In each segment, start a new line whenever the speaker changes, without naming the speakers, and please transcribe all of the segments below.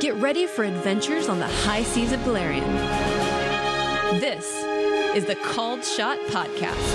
Get ready for adventures on the high seas of Galarian. This is the Called Shot Podcast.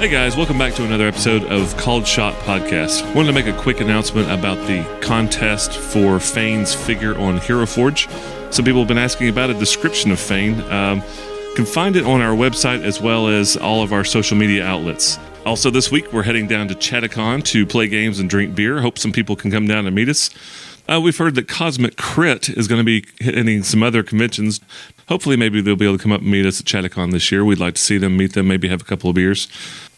Hey guys, welcome back to another episode of Called Shot Podcast. Wanted to make a quick announcement about the contest for Fane's figure on Hero Forge. Some people have been asking about a description of Fane. Um, you can find it on our website as well as all of our social media outlets. Also, this week we're heading down to Chattacon to play games and drink beer. Hope some people can come down and meet us. Uh, we've heard that Cosmic Crit is going to be hitting some other conventions. Hopefully, maybe they'll be able to come up and meet us at Chattacon this year. We'd like to see them, meet them, maybe have a couple of beers.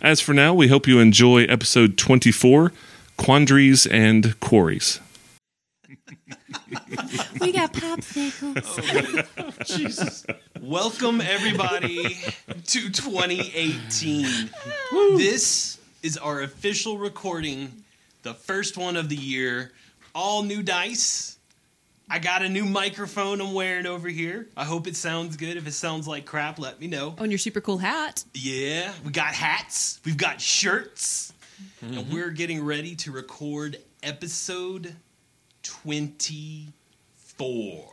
As for now, we hope you enjoy episode 24 Quandaries and Quarries.
We got popsicles.
Welcome everybody to 2018. This is our official recording, the first one of the year. All new dice. I got a new microphone I'm wearing over here. I hope it sounds good. If it sounds like crap, let me know.
On your super cool hat.
Yeah, we got hats, we've got shirts, and we're getting ready to record episode 24.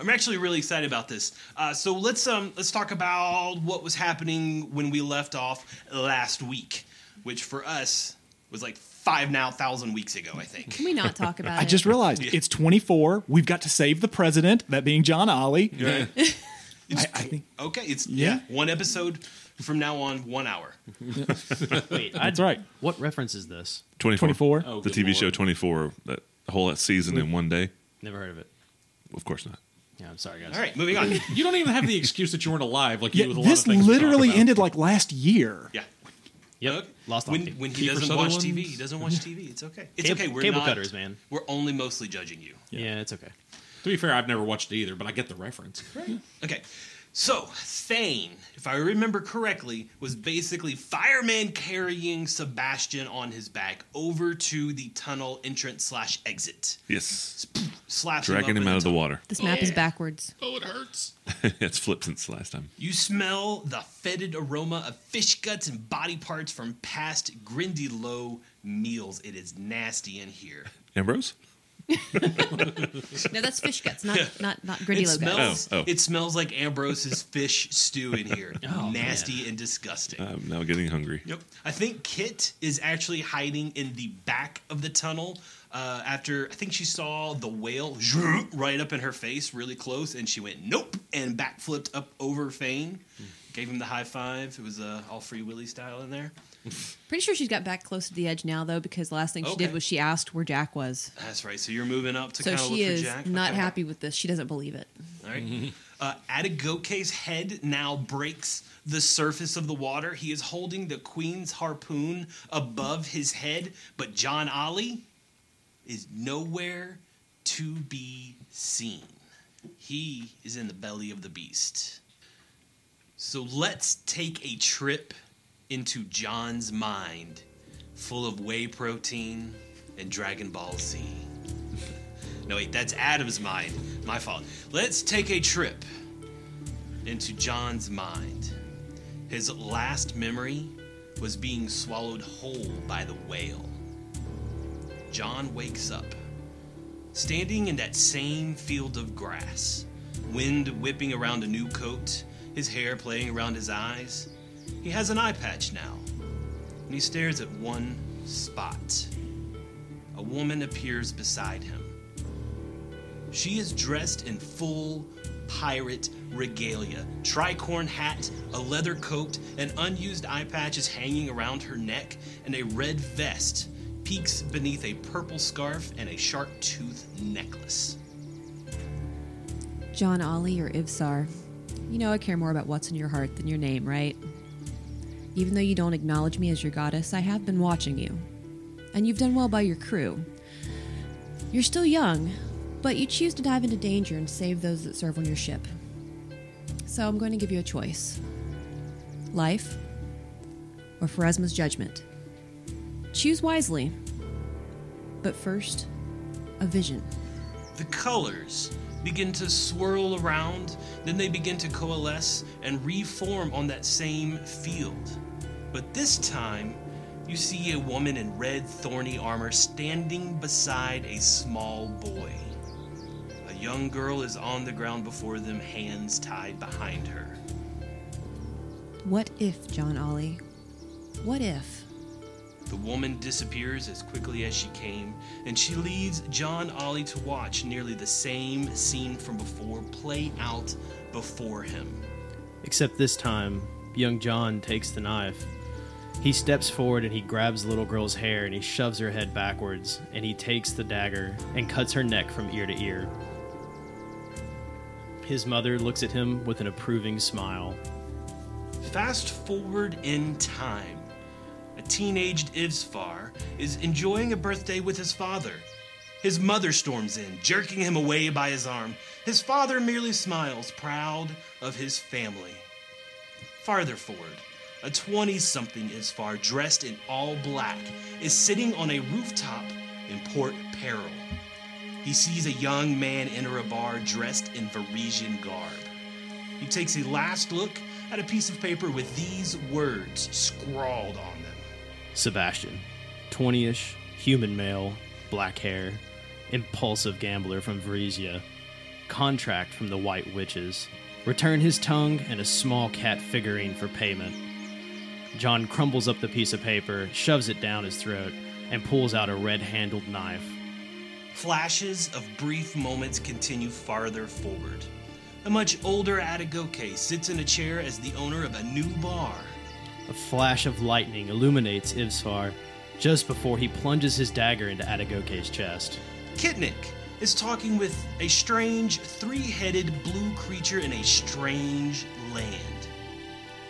I'm actually really excited about this. Uh, so let's um let's talk about what was happening when we left off last week, which for us was like five now thousand weeks ago, I think.
Can we not talk about
I
it?
just realized it's 24. We've got to save the president, that being John Ollie. I, I think
Okay, it's yeah.
Yeah.
one episode from now on, one hour.
Wait,
that's right.
What reference is this?
24.
24.
Oh,
the
good
TV show
lord.
24, that whole that season in one day.
Never heard of it.
Of course not.
Yeah, I'm sorry, guys.
All right, moving on.
You don't even have the excuse that you weren't alive, like
Yeah,
you do with a lot of
this
things. we talk
literally
about.
ended like last year.
Yeah.
Yep.
Look,
Lost on
when,
tape.
when he
Kiefer
doesn't watch
Sutherland?
TV, he doesn't watch TV. It's okay. It's
Cable-
okay. We're
cable
not,
cutters, man.
We're only mostly judging you.
Yeah. it's okay.
To be fair, I've never watched it either, but I get the reference.
Okay. So, Thane, if I remember correctly, was basically fireman carrying Sebastian on his back over to the tunnel entrance slash exit.
Yes.
Slaps
Dragging
up
him
with
out of the
tunnel.
water.
This map is backwards.
Oh, it hurts.
it's flipped since the last time.
You smell the fetid aroma of fish guts and body parts from past grindy low meals. It is nasty in here.
Ambrose?
No, that's fish guts, not not not gritty
It
logo.
smells,
Oh, oh.
it smells like Ambrose's fish stew in here. nasty and disgusting.
I'm now getting hungry.
Yep. I think Kit is actually hiding in the back of the tunnel. Uh, after I think she saw the whale zhroom, right up in her face, really close, and she went nope and backflipped up over Fane, gave him the high five. It was uh, all free Willy style in there.
Pretty sure she's got back close to the edge now though, because the last thing she did
Oh. Okay.
was she asked where Jack was.
That's right. So you're moving up to
So
kind of look
she
for
is
Jack.
not
Okay.
happy with this. She doesn't believe it.
All right. Uh, Atagoke's head now breaks the surface of the water. He is holding the queen's harpoon above his head, but John Ollie is nowhere to be seen. He is in the belly of the beast. So let's take a trip into John's mind, full of whey protein and Dragon Ball Z. No, wait, that's Adam's mind. My fault. Let's take a trip into John's mind. His last memory was being swallowed whole by the whale. John wakes up, standing in that same field of grass, wind whipping around a new coat, his hair playing around his eyes. He has an eye patch now, and he stares at one spot. A woman appears beside him. She is dressed in full pirate regalia. Tricorn hat, a leather coat, an unused eye patch is hanging around her neck, and a red vest peeks beneath a purple scarf and a shark tooth necklace.
John Ollie or Ivsar, you know I care more about what's in your heart than your name, right? Even though you don't acknowledge me as your goddess, I have been watching you. And you've done well by your crew. You're still young, but you choose to dive into danger and save those that serve on your ship. So I'm going to give you a choice life or Pharasma's judgment. Choose wisely. But first, a vision.
The colors begin to swirl around, then they begin to coalesce and reform on that same field. But this time, you see a woman in red thorny armor standing beside a small boy. A young girl is on the ground before them, hands tied behind her.
What if, John Ollie? What if?
The woman disappears as quickly as she came, and she leaves John Ollie to watch nearly the same scene from before play out before him.
Except this time, young John takes the knife. He steps forward and he grabs the little girl's hair and he shoves her head backwards and he takes the dagger and cuts her neck from ear to ear. His mother looks at him with an approving smile.
Fast forward in time. A teenaged Ivsfar is enjoying a birthday with his father. His mother storms in, jerking him away by his arm. His father merely smiles, proud of his family. Farther forward, a 20 something Isfar dressed in all black is sitting on a rooftop in Port Peril. He sees a young man enter a bar dressed in Varisian garb. He takes a last look at a piece of paper with these words scrawled on them.
Sebastian, 20 ish, human male, black hair, impulsive gambler from Varisia, contract from the White Witches, return his tongue and a small cat figurine for payment. John crumbles up the piece of paper, shoves it down his throat, and pulls out a red handled knife.
Flashes of brief moments continue farther forward. A much older Atagoke sits in a chair as the owner of a new bar.
A flash of lightning illuminates Ivsfar just before he plunges his dagger into Atagoke's chest.
Kitnik is talking with a strange three headed blue creature in a strange land.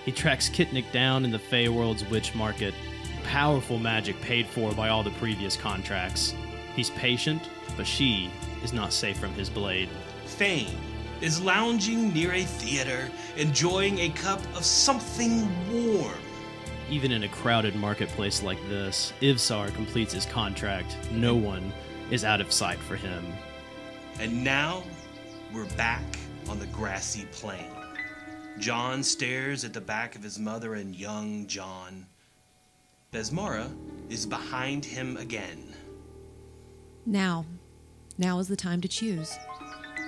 He tracks Kitnik down in the Feyworld's witch market. Powerful magic paid for by all the previous contracts. He's patient, but she is not safe from his blade.
Fane is lounging near a theater, enjoying a cup of something warm.
Even in a crowded marketplace like this, Ivsar completes his contract. No one is out of sight for him.
And now we're back on the grassy plain. John stares at the back of his mother and young John. Besmara is behind him again.
Now. Now is the time to choose.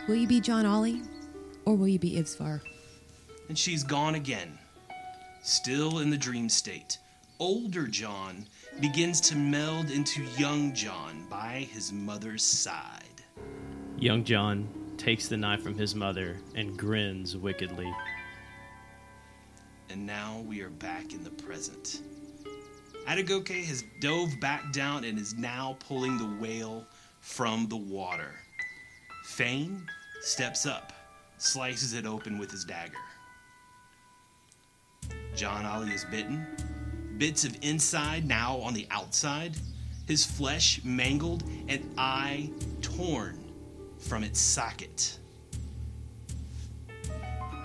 Will you be John Ollie or will you be Ivsvar?
and she's gone again. Still in the dream state, older John begins to meld into young John by his mother's side.
Young John takes the knife from his mother and grins wickedly.
And now we are back in the present. Atagoke has dove back down and is now pulling the whale from the water. Fane steps up, slices it open with his dagger. John Ollie is bitten, bits of inside now on the outside, his flesh mangled, and eye torn from its socket.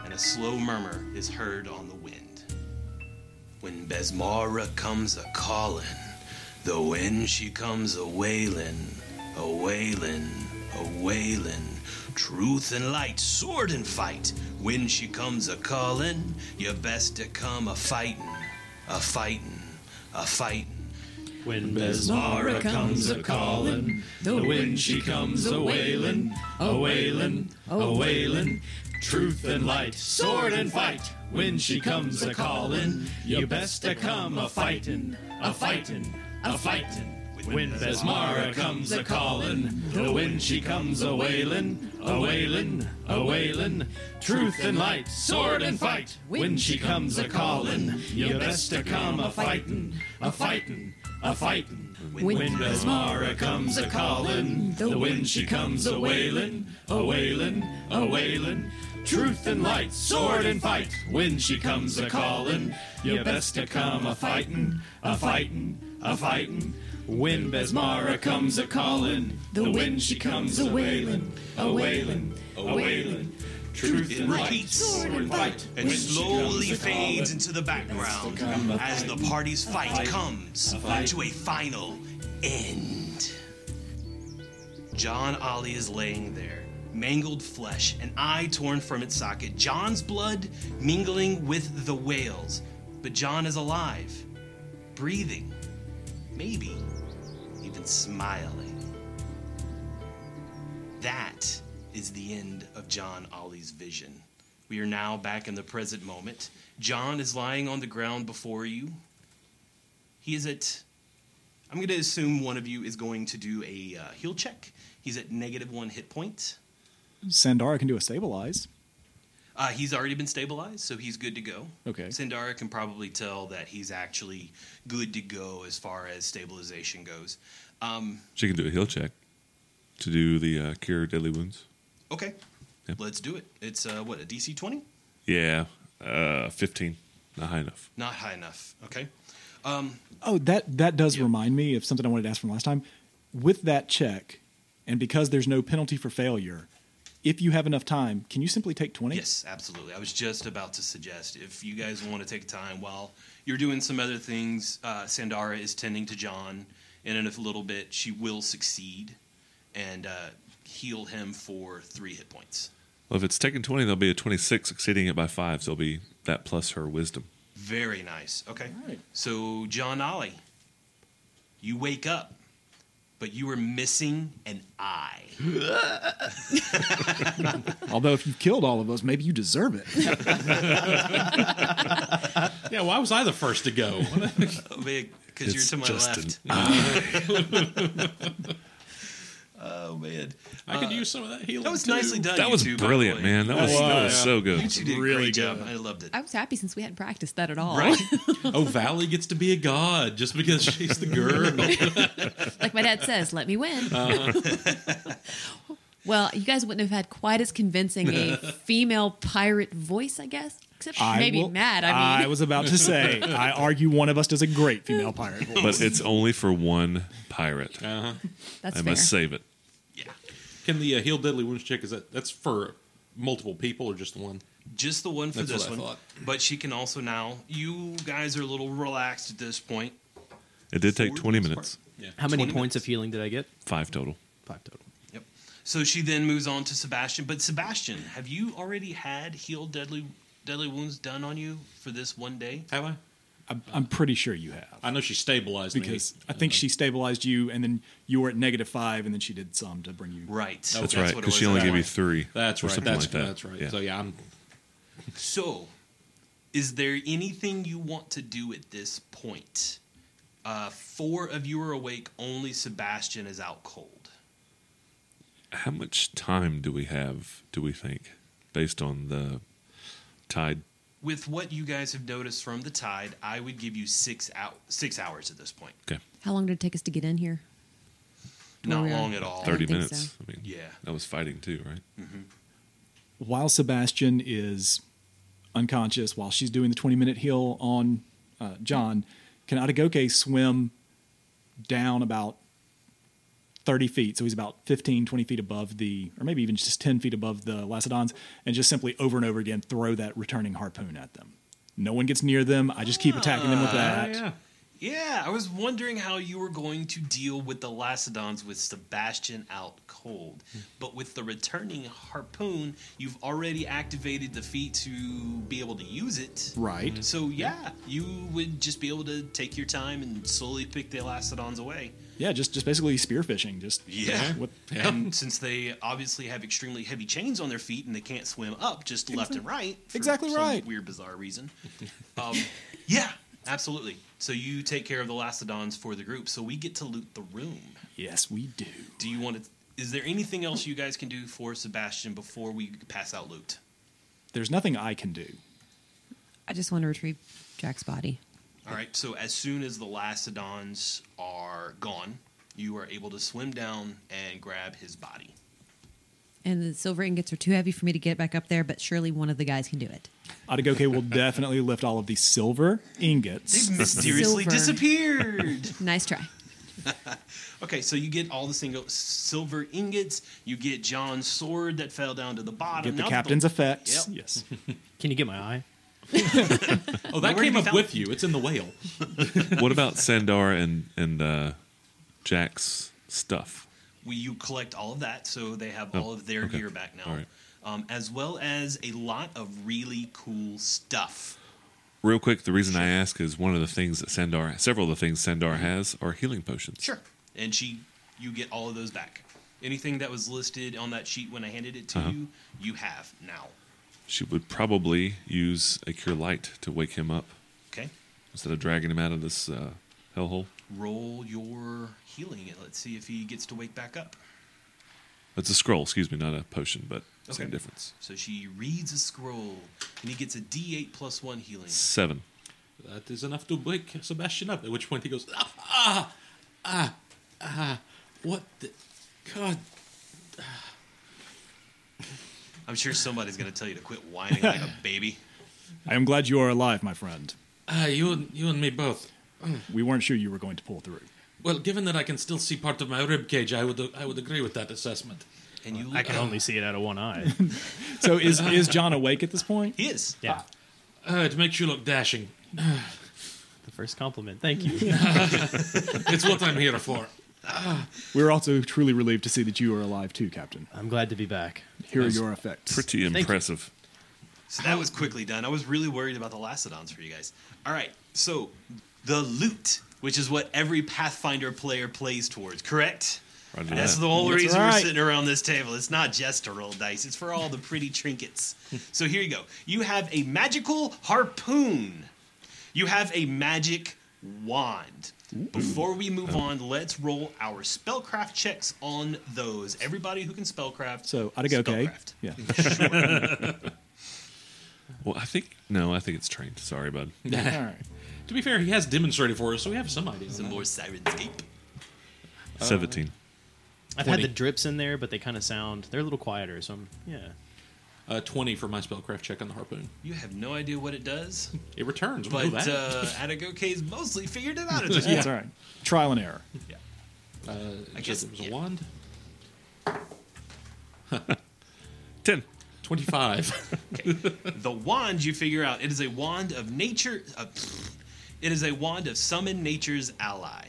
And a slow murmur is heard on the wind. When Besmara comes a callin', though when she comes a wailin', a wailin', a wailin', truth and light, sword and fight. When she comes a callin', you best to come a fightin', a fightin', a fightin'.
When
Besmara comes a callin', the wind she comes a wailin', a wailin', a wailin'.
Truth and light, sword and fight. When she comes a callin', you best to come a fightin', a fightin', a fightin'. When Besmara comes a callin', the when she comes a wailin', a wailin', a wailin'. Truth and light, sword and fight. When she comes a callin', you best to come a fightin', a fightin', a fightin'. When Besmara comes a callin', the when she comes a wailin', a wailin', a wailin'. Truth and light, sword and fight. When she comes a callin', you best to come a fightin', a fightin', a fightin'. When Besmara comes a callin', the when she comes a wailin', a wailin', a wailin'. Truth
It
and light,
repeats
sword and fight.
and
When she comes
slowly
a
fades
callin'.
into the background as the party's fight comes to a final end. John Ollie is laying there, mangled flesh, an eye torn from its socket, John's blood mingling with the whale's. But John is alive, breathing, maybe even smiling. That is the end of John Ollie's vision. We are now back in the present moment. John is lying on the ground before you. He is at. I'm going to assume one of you is going to do a uh, heal check. He's at negative one hit point.
Sandara can do a stabilize.
Uh, he's already been stabilized, so he's good to go.
Okay.
Sindara can probably tell that he's actually good to go as far as stabilization goes. Um,
She can do a heal check to do the uh, cure deadly wounds.
okay,
Yeah.
let's do it. It's uh, what a DC twenty.
Yeah, uh, fifteen, not high enough.
Not high enough. Okay. Um,
Oh, that that does
Yeah.
remind me of something I wanted to ask from last time. With that check, and because there's no penalty for failure, if you have enough time, can you simply take twenty?
yes, absolutely. I was just about to suggest if you guys want to take time while you're doing some other things, uh, Sandara is tending to John, and in a little bit she will succeed and uh, heal him for three hit points.
Well, if it's taken twenty, there'll be a twenty-six. Exceeding it by five, so it'll be that plus her wisdom.
Very nice. Okay.
All right.
So, John Ollie, you wake up, but you were missing an eye.
Although if you killed all of us, maybe you deserve it.
Yeah, why was I the first to go?
Uh, Because you're
It's
to my
just
left. oh, man.
I could use some of that healing.
That was
too.
nicely done.
That
you
was
two, by the
brilliant,
way.
man. That was that was
yeah.
so
You
good.
two did a
Really
great job.
good.
I loved it.
I was happy since we hadn't practiced that at all.
Right?
Oh, Valley gets to be a god just because she's the girl.
like my dad says, let me win.
Uh-huh.
well, you guys wouldn't have had quite as convincing a female pirate voice, I guess. Except she
I
may be
will-
mad. I mean,
was about to say. I argue one of us does a great female pirate. voice.
But it's only for one pirate.
uh-huh.
that's
I
fair.
must save it.
yeah.
Can the uh, heal deadly wounds check? Is that that's for multiple people or just one?
Just the one for
That's
this
what I
one.
thought.
But she can also now. You guys are a little relaxed at this point.
It did take
Four
twenty minutes,
minutes
Yeah.
How many
20
points of healing did I get?
five total.
Five total.
Yep. So she then moves on to Sebastian. But Sebastian, have you already had heal deadly deadly wounds done on you for this one day?
Have I?
I'm, I'm pretty sure you have.
I know she stabilized me.
Because I think she stabilized you, and then you were at negative five, and then she did some to bring you.
Right.
That's
Okay,
right,
that's what it
because she
was.
only
That
gave you
one.
three.
That's
or
right.
something
That's,
like that.
that's right.
Yeah.
So yeah, I'm oh,
So, is there anything you want to do at this point? Uh, four of you are awake. Only Sebastian is out cold.
How much time do we have? Do we think, based on the tide?
With what you guys have noticed from the tide, I would give you six out six hours at this point.
Okay,
How long did it take us to get in here?
Not
we are-
long at all.
I don't
thirty
think
minutes.
so.
I mean,
Yeah.
that was fighting too, right?
While Sebastian is unconscious, while she's doing the 20 minute heal on uh, John, can Adagoke swim down about 30 feet? So he's about 15, 20 feet above the, or maybe even just 10 feet above the Lacedons, and just simply over and over again throw that returning harpoon at them. No one gets near them. I just keep attacking them with that.
Yeah, I was wondering how you were going to deal with the Lacedons with Sebastian out cold. But with the returning harpoon, you've already activated the feat to be able to use it.
Right.
So yeah, you would just be able to take your time and slowly pick the Lacedons away.
Yeah, just just basically spearfishing. Just
Yeah.
What,
And since they obviously have extremely heavy chains on their feet and they can't swim up just left and right. for
Exactly
some
right.
Weird, bizarre reason. Um, yeah, absolutely. So you take care of the Lacedons for the group. So we get to loot the room.
yes, we do.
Do you want to? Is there anything else you guys can do for Sebastian before we pass out loot?
There's nothing I can do.
I just want to retrieve Jack's body.
All right. So as soon as the Lacedons are gone, you are able to swim down and grab his body.
And the silver ingots are too heavy for me to get back up there, but surely one of the guys can do it.
Adagoke will definitely lift all of the silver ingots.
They've mysteriously
Silver.
disappeared.
Nice try.
Okay, so you get all the single silver ingots. You get John's sword that fell down to the bottom.
Get the
Now that
captain's effects.
Yep.
Yes.
Can you get my eye?
Oh, that
Where did
came
we
up
found-
with you. It's in the whale.
what about Sandar and and uh, Jack's stuff?
we you collect all of that, so they have
Oh,
all of their gear back now,
All right.
um, as well as a lot of really cool stuff.
Real quick, the reason I ask is one of the things that Sandar, several of the things Sandar has are healing potions.
Mm-hmm. Sure. And she, you get all of those back. Anything that was listed on that sheet when I handed it to
Uh-huh.
you, you have now.
She would probably use a cure light to wake him up
Okay.
instead of dragging him out of this uh, hellhole.
Roll your healing and let's see if he gets to wake back up.
It's a scroll, excuse me, not a potion, but same
Okay.
difference.
So she reads a scroll and he gets a D8 plus one healing.
Seven.
That is enough to wake Sebastian up. At which point he goes, ah, ah, ah, ah what the God?
I'm sure somebody's going to tell you to quit whining like a baby.
I am glad you are alive, my friend.
Ah, you and you and me both.
We weren't sure you were going to pull through.
Well, given that I can still see part of my rib cage, I would I would agree with that assessment.
And you,
I can only see it out of one eye.
So is is John awake at this point?
He is.
Yeah.
Ah, it makes you look dashing.
The first compliment. Thank you.
It's what I'm here for.
We are also truly relieved to see that you are alive too, Captain.
I'm glad to be back.
Here are your effects.
Pretty
you.
impressive.
So that was quickly done. I was really worried about the Lacedons for you guys. All right, so the loot, which is what every Pathfinder player plays towards, correct?
Roger
That's
that.
the whole
That's
reason
right.
we're sitting around this table. It's not just to roll dice, it's for all the pretty trinkets. so here you go. You have a magical harpoon, you have a magic wand. Before we move on, let's roll our spellcraft checks on those. Everybody who can spellcraft.
So I'd go okay.
spellcraft.
Yeah.
Well, I think, no, I think it's trained. Sorry, bud.
All right.
To be fair, he has demonstrated for us, so we have some idea.
Some more Sirenscape. Uh,
17.
I've had the drips in there, but they kind of sound, they're a little quieter. So I'm, yeah.
Uh, Twenty for my spellcraft check on the harpoon.
You have no idea what it does,
It returns. We know
but
that.
uh, Adagoke's mostly figured it out at this point.
That's all right. Trial and error.
I
guess-
guess it was
yeah.
a wand.
10.
Twenty-five.
The wand you figure out it is a wand of nature. Uh, pfft. it is a wand of summon nature's ally.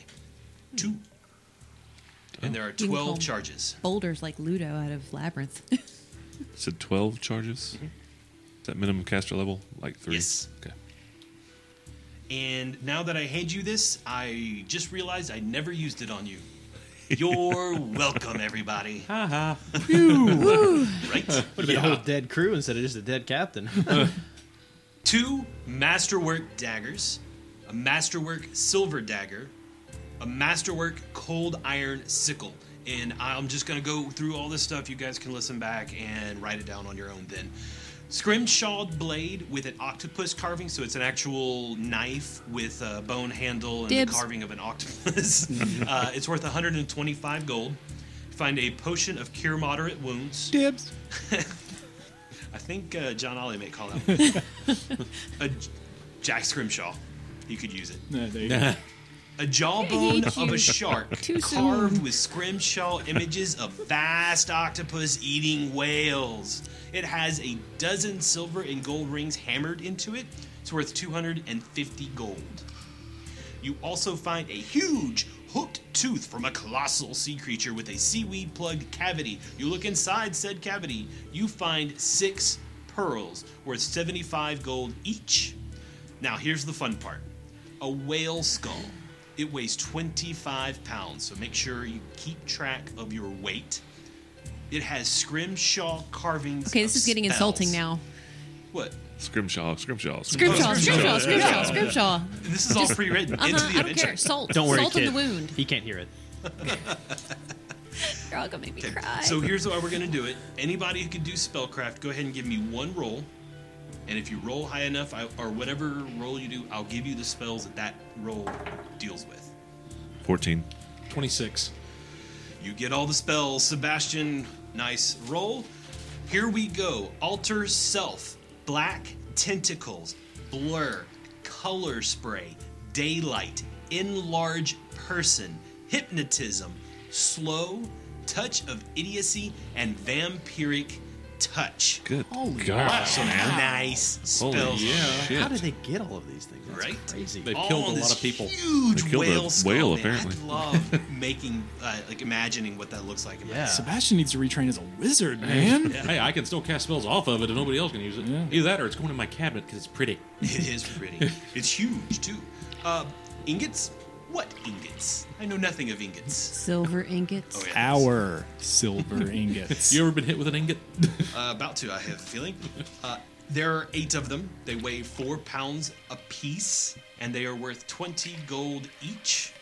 Two.
Hmm.
And there are
can call-
twelve charges.
Boulders like Ludo out of Labyrinth.
Said 12 charges? Is that minimum caster level? Like three?
Mm-hmm. Yes.
Okay.
And now that I hand you this, I just realized I never used it on you. You're welcome, everybody. right?
Would have been a whole dead crew instead of just a dead captain.
two masterwork daggers, a masterwork silver dagger, a masterwork cold iron sickle. And I'm just going to go through all this stuff. You guys can listen back and write it down on your own then. Scrimshawed blade with an octopus carving, so it's an actual knife with a bone handle and
Dibs.
the carving of an octopus. uh, it's worth 125 gold. Find a potion of cure moderate wounds.
Dibs.
I think uh, John Ollie may call that one. a Jack Scrimshaw. You could use it.
No, there you go.
A jawbone
hate
of
you.
a shark
Too
carved
soon.
with scrimshaw images of vast octopus eating whales. It has a dozen silver and gold rings hammered into it. It's worth 250 gold. You also find a huge hooked tooth from a colossal sea creature with a seaweed plug cavity. You look inside said cavity, you find six pearls worth 75 gold each. Now, here's the fun part a whale skull. It weighs 25 pounds, so make sure you keep track of your weight. It has scrimshaw carvings.
okay, this
of
is getting
spells. Oh,
insulting now.
What?
Scrimshaw, Scrimshaw,
Scrimshaw, Scrimshaw,
Scrimshaw,
Scrimshaw, Scrimshaw.
This is all pre-written
Uh
into
huh.
the
Uh-huh, I don't care.
adventure.
Salt.
Don't worry,
Salt
kid.
in the wound.
He can't hear it.
You're all gonna make me cry.
So here's how we're gonna do it. Anybody who can do spellcraft, go ahead and give me one roll. And if you roll high enough, I, or whatever roll you do, I'll give you the spells that that roll deals with.
14.
Twenty-six.
You get all the spells, Sebastian. Nice roll. Here we go. Alter self, black tentacles, blur, color spray, daylight, enlarge person, hypnotism, slow, touch of idiocy, and vampiric touch.
Good. Oh gosh, man.
Nice
Holy
spells.
yeah.
How
shit.
did they get all of these things? That's
Right?
crazy.
They
All
killed a
on this
lot of people.
Huge
They killed a
whale. skull,
whale,
man.
apparently.
I love making, uh, like, imagining what that looks like. in my
Yeah.
Sebastian needs to retrain as a wizard, man.
Hey, I can still cast spells off of it, and nobody else can use it.
Yeah.
Either that, or it's going in my cabinet because it's pretty.
It is pretty. it's huge too. Uh, ingots? What ingots? I know nothing of ingots.
Silver ingots.
Oh, yeah.
Our silver ingots.
You ever been hit with an ingot?
Uh, about to, I have a feeling. Uh, there are eight of them. They weigh four pounds apiece, and they are worth 20 gold each.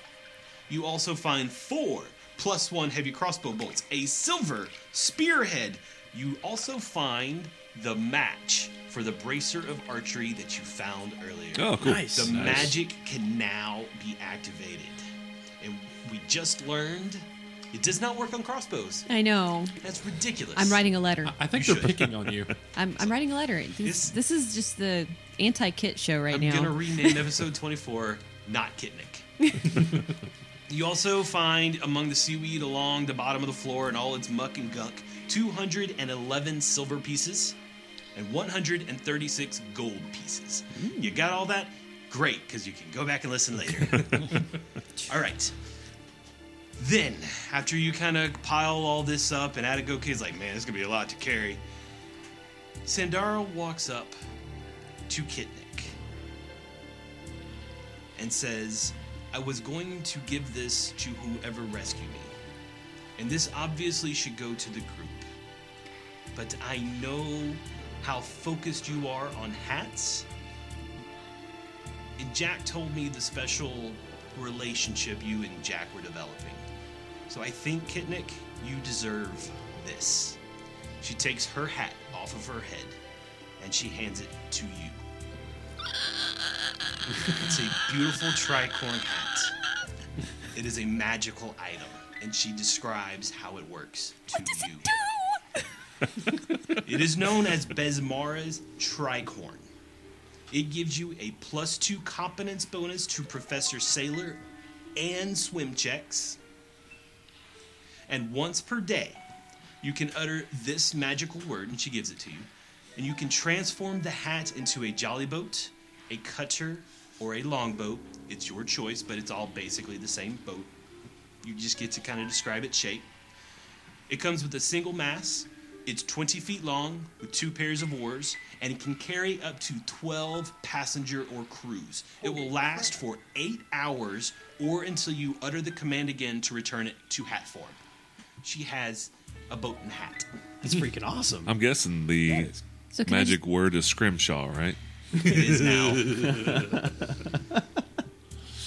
You also find four plus one heavy crossbow bolts, a silver spearhead. You also find the match for the bracer of archery that you found earlier.
Oh, cool.
Nice.
The magic can now be activated. And we just learned it does not work on crossbows.
I know.
That's ridiculous.
I'm writing a letter.
I think
You
they're
should.
picking on you.
I'm, I'm writing a letter.
Uh, This-
This, this is just the anti kit show right
I'm
now.
gonna rename episode 24 "Not Kitnik." you also find among the seaweed along the bottom of the floor and all its muck and gunk 211 silver pieces and 136 gold pieces.
Hmm.
You got all that? Great, because you can go back and listen later. all right. Then, after you kind of pile all this up, and Atago Kid's like, man, this is going to be a lot to carry. Sandara walks up to Kitnik and says, I was going to give this to whoever rescued me. And this obviously should go to the group. But I know how focused you are on hats. And Jack told me the special relationship you and Jack were developing. So I think, Kitnik, you deserve this. She takes her hat off of her head and she hands it to you. It's a beautiful tricorn hat. It is a magical item, and she describes how it works to you. It, do? it is known as Besmara's tricorn. It gives you a plus two competence bonus to Professor Sailor and swim checks. And once per day, you can utter this magical word, and she gives it to you, and you can transform the hat into a jolly boat, a cutter, or a longboat. It's your choice, but it's all basically the same boat. You just get to kind of describe its shape. It comes with a single mast. It's 20 feet long with two pairs of oars, and it can carry up to 12 passenger or crews. It will last for eight hours or until you utter the command again to return it to hat form. She has a boat and hat.
That's freaking awesome.
I'm guessing the
So can I
magic word is scrimshaw, right?
It is now.
just-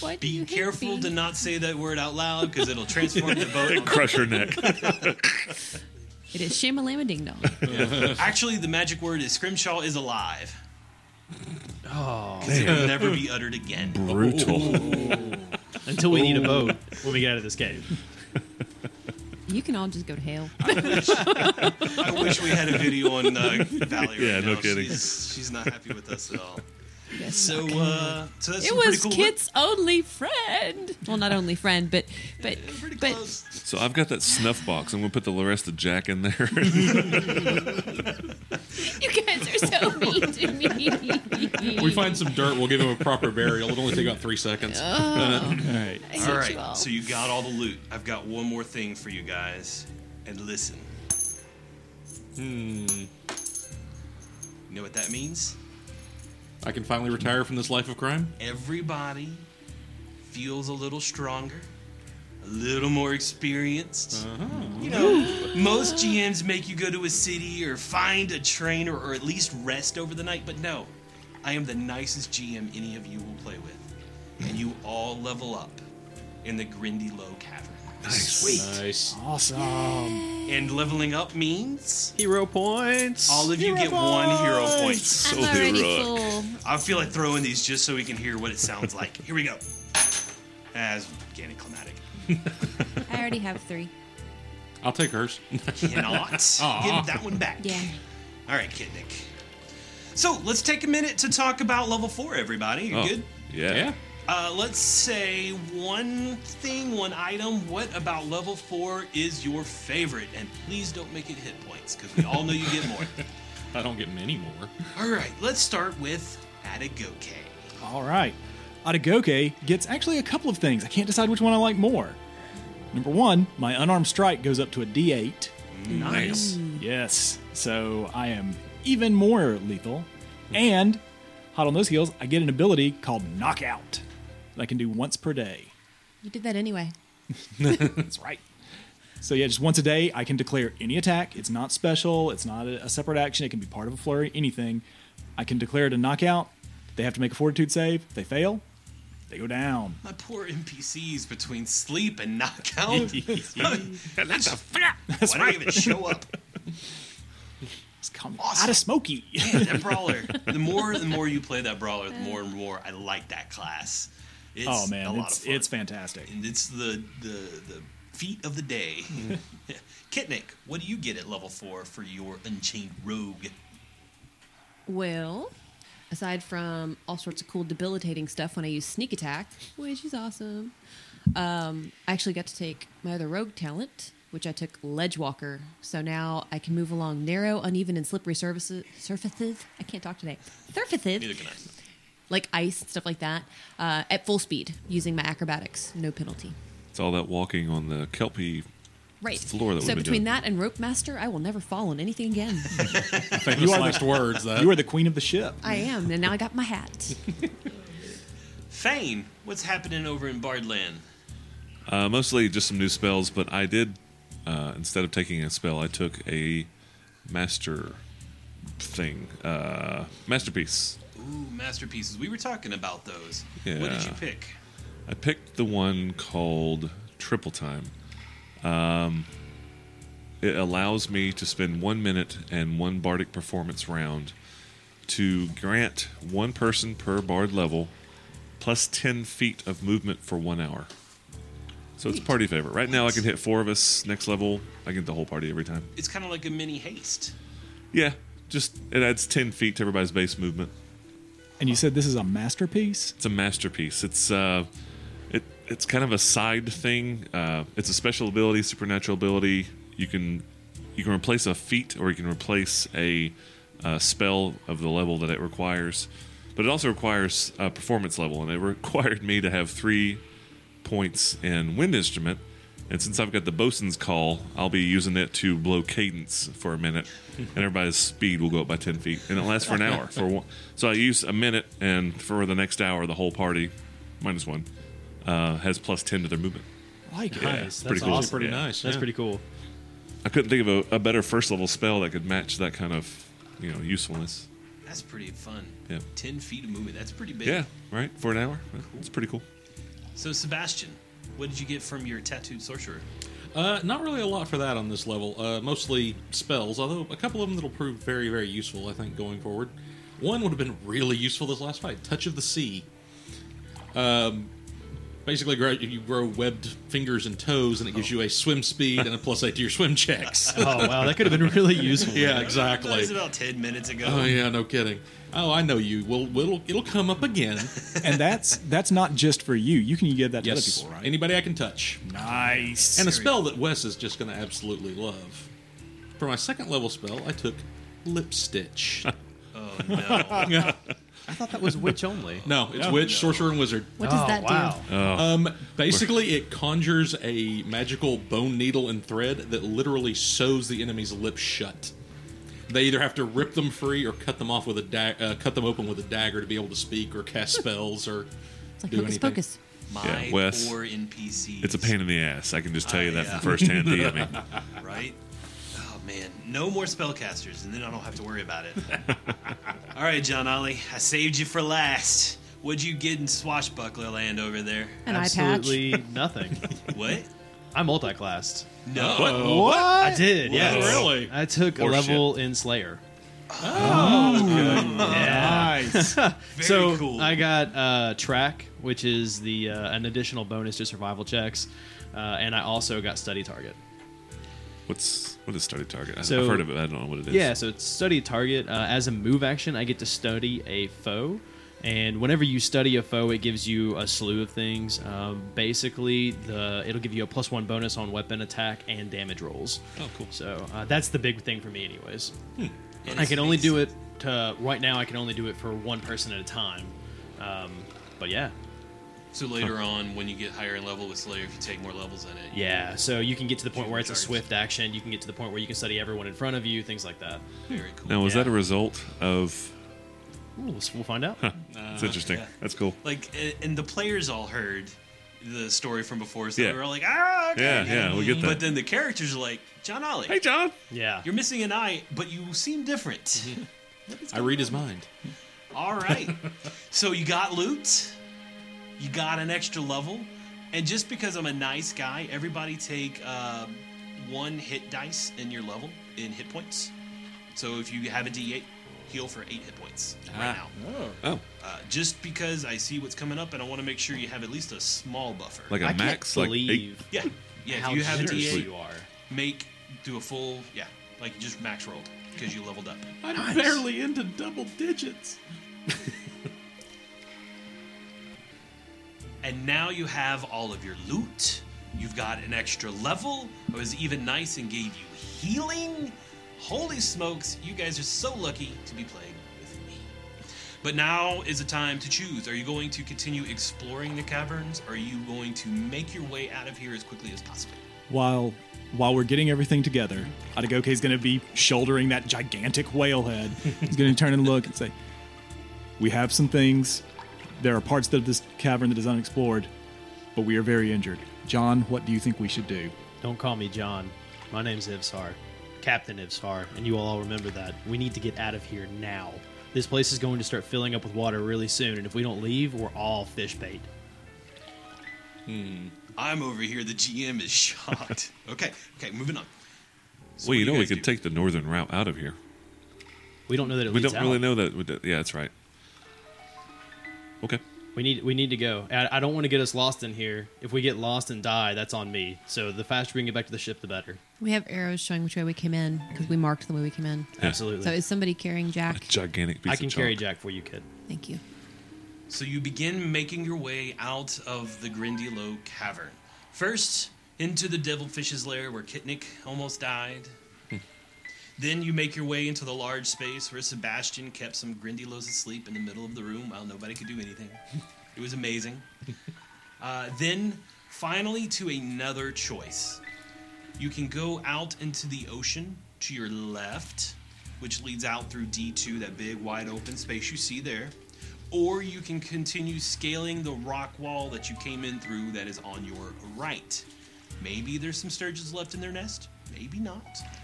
why do you
Be
hate
careful
me?
to not say that word out loud because it'll transform the boat.
Crush her neck.
It is shamalama ding dong.
Actually, the magic word is scrimshaw is alive. Oh, it will never be uttered again.
Brutal.
Until we need a boat when we get out of this cave.
you can all just go to hell.
I wish we had a video on uh, Valerie.
Yeah,
right
no
now.
kidding.
She's, she's not happy with us at all.
Yes.
So, uh, so that's
it
some pretty
was
cool
Kit's only friend. Well, not only friend, but but
Pretty
but
close.
so I've got that snuff box. I'm gonna put the rest of Jack in there.
you guys are so mean to me.
we find some dirt, we'll give him a proper burial. It'll only take about three seconds.
All right.
Oh, I hate
All
you
right,
all.
so you got all the loot. I've got one more thing for you guys, and listen. Hmm. You know what that means?
I can finally retire from this life of crime.
Everybody feels a little stronger, a little more experienced. You know, most GMs make you go to a city or find a trainer or at least rest over the night, but no. I am the nicest GM any of you will play with. And you all level up in the Grindy Low Cavern.
Nice.
Awesome.
And leveling up means
Hero points.
all of you get one hero point.
I'm
so
already
heroic.
uh,
full.
I feel like throwing these just so we can hear what it sounds like. Here we go. As anticlimactic.
I already have three.
I'll take hers.
Cannot give that one back.
Yeah.
All right, Kid Nick. So let's take a minute to talk about level four, everybody. You
Oh,
good?
Yeah.
yeah.
Uh, let's say one thing, one item. What about level four is your favorite? And please don't make it hit points because we all know you get more.
I don't get many more.
all right, let's start with Atagoke.
All right. Atagoke gets actually a couple of things. I can't decide which one I like more. Number one, my unarmed strike goes up to a D8.
Nice.
Yes. So I am even more lethal. And hot on those heels, I get an ability called Knockout that I can do once per day.
You did that anyway.
That's right. So yeah, just once a day, I can declare any attack. It's not special. It's not a, a separate action. It can be part of a flurry. Anything. I can declare it a knockout. They have to make a fortitude save. If they fail, they go down.
My poor NPCs between sleep and knockout. That's a fat. Why do I even show up?
It's come
Awesome.
out of Smokey.
Man, that brawler. The more the more you play that brawler, the more and more I like that class. It's
oh
a
man,
lot
it's
of fun.
it's fantastic.
And it's the the the feat of the day. Kitnick, what do you get at level four for your Unchained Rogue?
Well, aside from all sorts of cool debilitating stuff when I use sneak attack, which is awesome, um, I actually got to take my other rogue talent, which I took ledge walker. So now I can move along narrow, uneven, and slippery surfaces. Surfaces. I can't talk today. Surfaces.
Neither can I.
Like ice and stuff like that, uh, at full speed using my acrobatics, no penalty.
It's all that walking on the Kelpie.
Right.
Floor that
so
we've been
between
doing.
that and rope master, I will never fall on anything again.
Famous
are the-
last words. That
You are the queen of the ship.
I am, and now I got my hat.
Fane, what's happening over in Bardland?
Uh, mostly just some new spells, but I did uh, instead of taking a spell, I took a master thing, uh, masterpiece.
Ooh, masterpieces. We were talking about those. What did
Yeah.
you pick?
I picked the one called Triple Time. Um, it allows me to spend one minute and one bardic performance round to grant one person per bard level plus 10 feet of movement for one hour. So it's party favorite. Right now, I can hit four of us. Next level, I get the whole party every time.
It's kind of like a mini haste.
Yeah, just it adds 10 feet to everybody's base movement.
And you said this is a masterpiece.
It's a masterpiece. It's uh, it it's kind of a side thing. Uh, it's a special ability, supernatural ability. You can you can replace a feat, or you can replace a uh, spell of the level that it requires. But it also requires a performance level, and it required me to have three points in wind instrument. And since I've got the bosun's call, I'll be using it to blow cadence for a minute, and everybody's speed will go up by ten feet, and it lasts for an hour. For one, so I use a minute, and for the next hour, the whole party, minus one, uh, has plus ten to their movement.
like it.
Nice. That's
pretty cool.
awesome.
pretty
Yeah.
nice.
That's
yeah.
pretty cool.
I couldn't think of a, a better first level spell that could match that kind of, you know, usefulness.
That's pretty fun.
Yeah.
Ten feet of movement. That's pretty big.
Yeah, right for an hour. It's pretty cool.
So Sebastian, what did you get from your tattooed sorcerer?
Uh, not really a lot for that on this level. Uh, mostly spells, although a couple of them that'll prove very, very useful, I think, going forward. One would have been really useful this last fight Touch of the Sea. Um, basically, grow, you grow webbed fingers and toes, and it gives you a swim speed and a plus eight to your swim checks.
Oh wow, that could have been really useful.
yeah,
That was
exactly.
about ten minutes ago.
Oh, yeah, no kidding. Oh, I know you. Well, it'll, it'll come up again.
and that's that's not just for you. You can give that to
yes.
other people, right?
Anybody I can touch.
nice.
And a spell that Wes is just going to absolutely love. For my second level spell, I took Lip Stitch.
No.
I thought that was witch only.
No, it's witch, sorcerer, and wizard.
What does
oh,
that
wow.
do?
Um, basically, it conjures a magical bone needle and thread that literally sews the enemy's lips shut. They either have to rip them free or cut them off with a da- uh, cut them open with a dagger to be able to speak or cast spells or
It's like
do
hocus
anything.
pocus.
My
Yeah, Wes.
poor NPCs.
It's a pain in the ass. I can just tell you that
yeah.
from firsthand DMing.
right? Oh man, no more spellcasters, and then I don't have to worry about it. All right, John Ollie, I saved you for last. What'd you get in swashbuckler land over there?
An eye patch.
Absolutely nothing.
What?
I multiclassed.
No.
What?
I did. Yeah.
really?
I took a
Horseshit.
level in Slayer. Oh,
Nice.
Very
so
cool.
I got uh, track, which is the uh, an additional bonus to survival checks, uh, and I also got study target.
What's what is study target? I,
So-
I've heard of it. I don't know what it is.
Yeah, so it's study target. Uh, as a move action, I get to study a foe, And whenever you study a foe, it gives you a slew of things. Um, basically, the it'll give you a plus one bonus on weapon attack and damage rolls.
Oh, cool.
So uh, that's the big thing for me, anyways. I can only do it to, right now. I can only do it for one person at a time. Um, but yeah,
So later on, when you get higher in level with Slayer, if you take more levels in it,
yeah. So you can get to the point
Shooting
where it's a
targets.
swift action. You can get to the point where you can study everyone in front of you, things like that.
very cool.
Now, was
Yeah.
that a result of?
Ooh, we'll we'll find out.
It's interesting.
yeah.
That's cool.
Like, a- and the players all heard the story from before, so
Yeah.
they were all like, ah, okay.
Yeah, yeah, we get that.
But then the characters are like, John Ollie,
hey, John.
yeah.
you're missing an eye, but you seem different.
I read his mind.
All right. so you got loot, you got an extra level, and just because I'm a nice guy, everybody take uh, one hit dice in your level in hit points. So if you have a D8, heal for eight hit points right
Ah.
now.
Oh,
Uh, just because I see what's coming up, and I want to make sure you have at least a small buffer.
like a
I
max,
can't
like eight.
believe
yeah, yeah.
how
if you have a
generous
D8,
you are.
make do a full yeah, like you just max rolled because you leveled up.
I'm barely into double digits.
And now you have all of your loot. You've got an extra level. It was even nice and gave you healing. Holy smokes, you guys are so lucky to be playing with me. But now is the time to choose. Are you going to continue exploring the caverns? Are you going to make your way out of here as quickly as possible?
While while we're getting everything together, Adagoke's going to be shouldering that gigantic whale head. He's going to turn and look and say, "We have some things. There are parts of this cavern that is unexplored, but we are very injured. John, what do you think we should do?"
Don't call me John. My name's Ivsar, Captain Ivsar, and you will all remember that. We need to get out of here now. This place is going to start filling up with water really soon, and if we don't leave, we're all fish bait.
I'm over here. The GM is shocked. okay, okay, moving on. So
well, you
what do
know, we
guys
could
do?
take the northern route out of here.
We don't know that it
We
leads
don't
out.
really know that. we don't- Yeah, that's right. Okay.
We need we need to go. I, I don't want to get us lost in here. If we get lost and die, that's on me. So the faster we can get back to the ship, the better.
We have arrows showing which way we came in because we marked the way we came in.
Absolutely.
So is somebody carrying Jack?
Gigantic piece
I can
of
carry
chalk.
Jack for you, kid.
Thank you.
So you begin making your way out of the Grindylow Cavern. First, into the Devilfish's lair where Kitnik almost died. then you make your way into the large space where Sebastian kept some Grindylows asleep in the middle of the room while nobody could do anything. it was amazing. Uh, then, finally, to another choice. You can go out into the ocean to your left, which leads out through D2, that big wide open space you see there. Or you can continue scaling the rock wall that you came in through that is on your right. Maybe there's some sturgeons left in their nest, maybe not.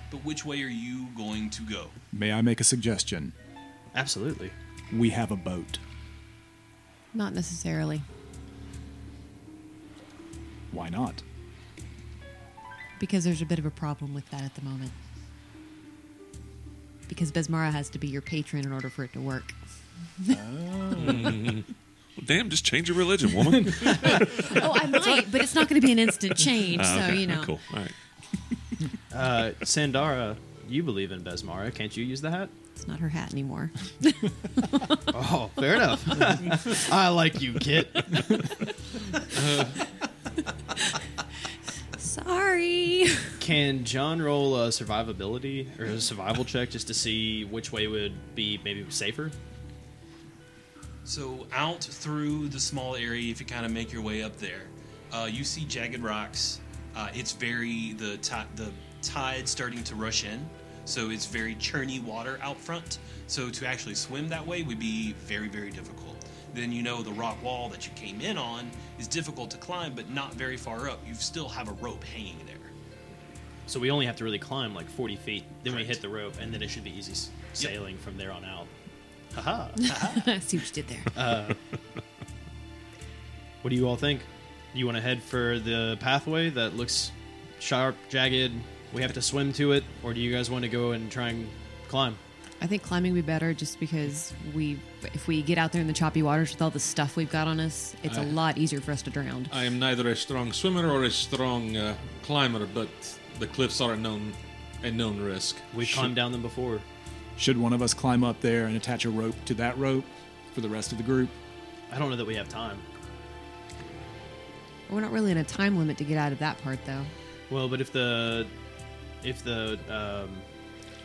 But which way are you going to go?
May I make a suggestion?
Absolutely.
We have a boat.
Not necessarily.
Why not?
Because there's a bit of a problem with that at the moment. Because Besmara has to be your patron in order for it to work.
Well, damn, just change your religion, woman. Uh,
oh, I might, but it's not going to be an instant change.
Ah,
so
okay,
you know,
Cool. All right.
Uh, Sandara, you believe in Besmara. Can't you use the hat?
it's not her hat anymore.
Oh, fair enough. I like you, Kit.
Sorry.
Can John roll a survivability or a survival check just to see which way would be maybe safer?
So out through the small area, if you kind of make your way up there, uh, you see jagged rocks. Uh, it's very the ti- the tide starting to rush in, so it's very churny water out front. So to actually swim that way would be very very difficult. Then you know the rock wall that you came in on is difficult to climb, but not very far up. You still have a rope hanging there.
So we only have to really climb like 40 feet, then we
Correct.
hit the rope, and then it should be easy s- sailing from there on out. Haha.
I see what you did there.
what do you all think? You want to head for the pathway that looks sharp, jagged? We have to swim to it, or do you guys want to go and try and climb?
I think climbing would be better just because we, if we get out there in the choppy waters with all the stuff we've got on us, it's a
I-
lot easier for us to drown.
I am neither a strong swimmer or a strong uh, climber, but the cliffs are a known a known risk.
We've climbed down them before.
Should one of us climb up there and attach a rope to that rope for the rest of the group.
I don't know that we have time.
We're not really in a time limit to get out of that part, though.
Well, but if the if the um,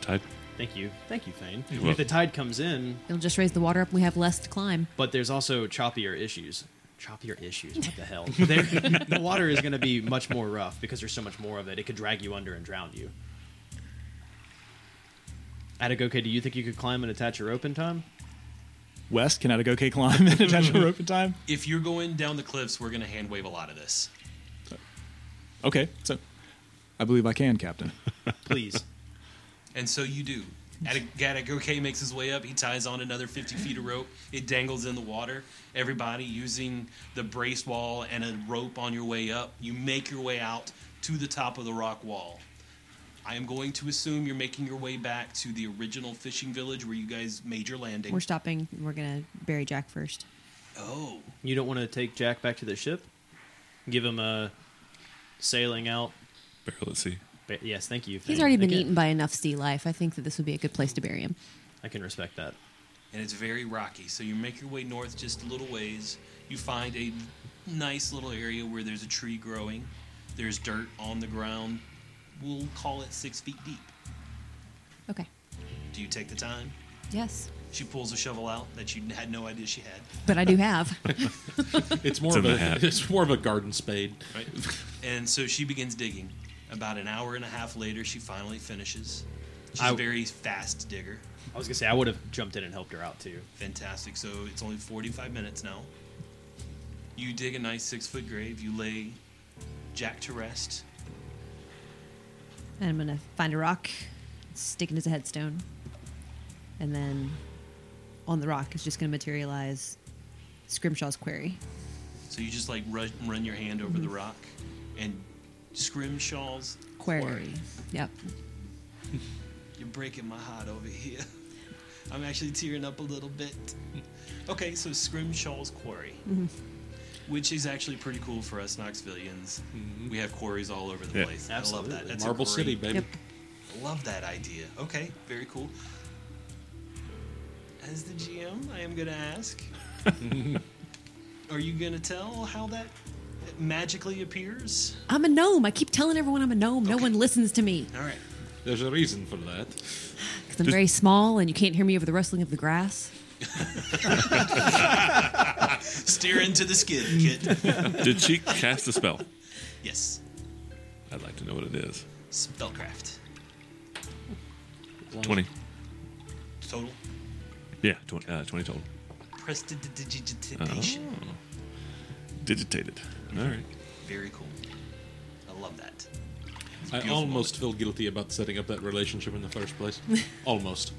Tide.
thank you, thank you, Thane.
welcome.
If the tide comes in,
It'll just raise the water up and we have less to climb.
but there's also choppier issues. Choppier issues. What the hell? There- the water is going to be much more rough because there's so much more of it. It could drag you under and drown you. Atagoke, do you think you could climb and attach a rope in time?
West, can Atagoke climb and attach a rope in time?
If you're going down the cliffs, we're going to hand wave a lot of this.
Okay, so I believe I can, Captain.
Please.
And so you do. Gadagoke makes his way up. He ties on another 50 feet of rope. It dangles in the water. Everybody using the brace wall and a rope on your way up, you make your way out to the top of the rock wall. I am going to assume you're making your way back to the original fishing village where you guys made your landing.
We're stopping. and We're gonna bury Jack first.
oh,
You don't want to take Jack back to the ship? Give him a sailing out.
Barrel at sea.
Ba- Yes, thank you.
He's
Thane.
already been
Again,
eaten by enough sea life. I think that this would be a good place to bury him.
I can respect that.
and it's very rocky. So you make your way north just a little ways. You find a nice little area where there's a tree growing. There's dirt on the ground. We'll call it six feet deep.
Okay.
Do you take the time?
Yes,
She pulls a shovel out that you had no idea she had.
but I do have.
It's more
It's
of
in
a
the hat.
it's more of a garden spade.
Right? and so she begins digging. About an hour and a half later, she finally finishes. She's
I-
a very fast digger.
I was going to say, I would have jumped in and helped her out too.
Fantastic. So it's only 45 minutes now. You dig a nice six foot grave. You lay Jack to rest.
And I'm gonna find a rock, stick it as a headstone, and then on the rock is just gonna materialize Scrimshaw's query.
So you just like run, run your hand over the rock and Scrimshaw's
Query. Yep.
You're breaking my heart over here. I'm actually tearing up a little bit. Okay, so Scrimshaw's Quarry, which is actually pretty cool for us Knoxvillians. We have quarries all over the
Yeah.
place.
Absolutely.
I love that. That's a
Marble
great-
City, baby.
Yep.
Love that idea. Okay, very cool. As the GM, I am going to ask Are you going to tell how that magically appears?
I'm a gnome. I keep telling everyone I'm a gnome. No
Okay.
one listens to me
All right.
There's a reason for that.
because I'm very small and you can't hear me over the rustling of the grass.
Steer into the skid, kid.
Did she cast a spell?
yes.
I'd like to know what it is.
Spellcraft.
20.
Total
Yeah, 20, uh, 20 total.
prestidigitation.
Oh.
Digitated. All right.
Very cool. I love that.
I
beautiful
almost feel guilty about setting up that relationship in the first place. almost.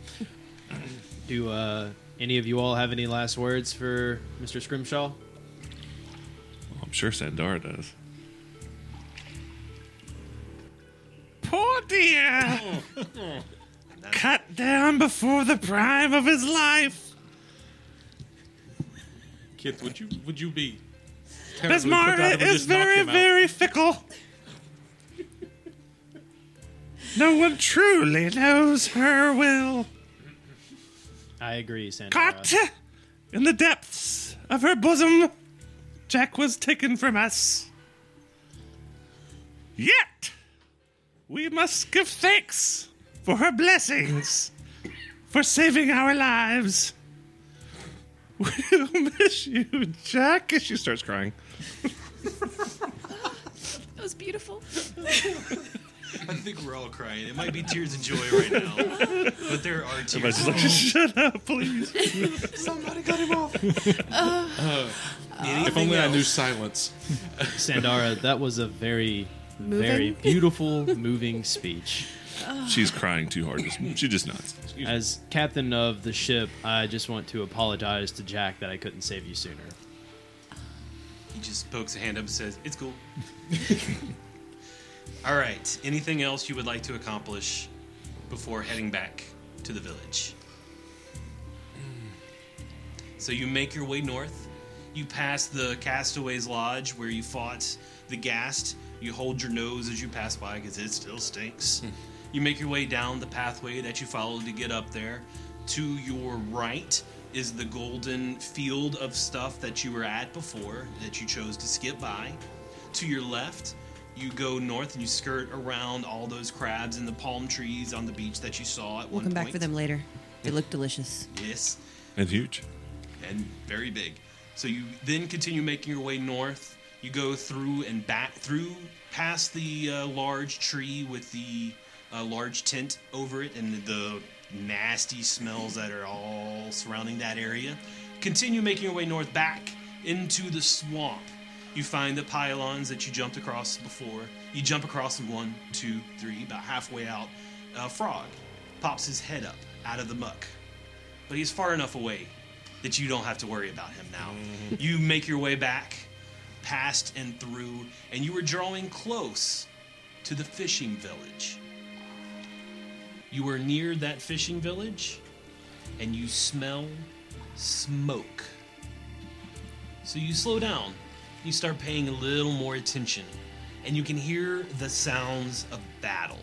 Do uh, any of you all have any last words for Mr. Scrimshaw?
I'm sure Sandara does.
Poor dear! Cut down before the prime of his life!
Kith, would you would you be terribly put out
Bismar
if we
is
just knocked
very,
him out?
very fickle. No one truly knows her will.
I agree, Sandra.
Caught in the depths of her bosom, Jack was taken from us. Yet, we must give thanks for her blessings, for saving our lives. We'll miss you, Jack. And She starts crying.
That was beautiful.
I think we're all crying. It might be tears of joy right now, but there are tears.
Everybody's just
Shut up, please.
Somebody cut him off.
If only I knew silence.
Sandara, that was a very,
Moving?
very beautiful, moving speech.
She's crying too hard. Just- She just nods.
As captain of the ship, I just want to apologize to Jack that I couldn't save you sooner.
He just pokes a hand up and says, "It's cool." all right. Anything else you would like to accomplish before heading back to the village? So you make your way north. You pass the Castaways Lodge where you fought the Ghast. You hold your nose as you pass by because it still stinks. you make your way down the pathway that you followed to get up there. To your right, is the golden field of stuff that you were at before that you chose to skip by. To your left, you go north and you skirt around all those crabs and the palm trees on the beach that you saw at
We'll
one
come
point.
back for them later. They look delicious.
Yes,
And huge.
and very big. So you then continue making your way north. You go through and back through past the uh, large tree with the uh, large tent over it and the nasty smells that are all surrounding that area. Continue making your way north back into the swamp. You find the pylons that you jumped across before. You jump across one, two, three, about halfway out. A frog pops his head up out of the muck but he's far enough away that you don't have to worry about him now. you make your way back, past and through, and you are drawing close to the fishing village. You are near that fishing village, and you smell smoke. So you slow down, you start paying a little more attention, and you can hear the sounds of battle.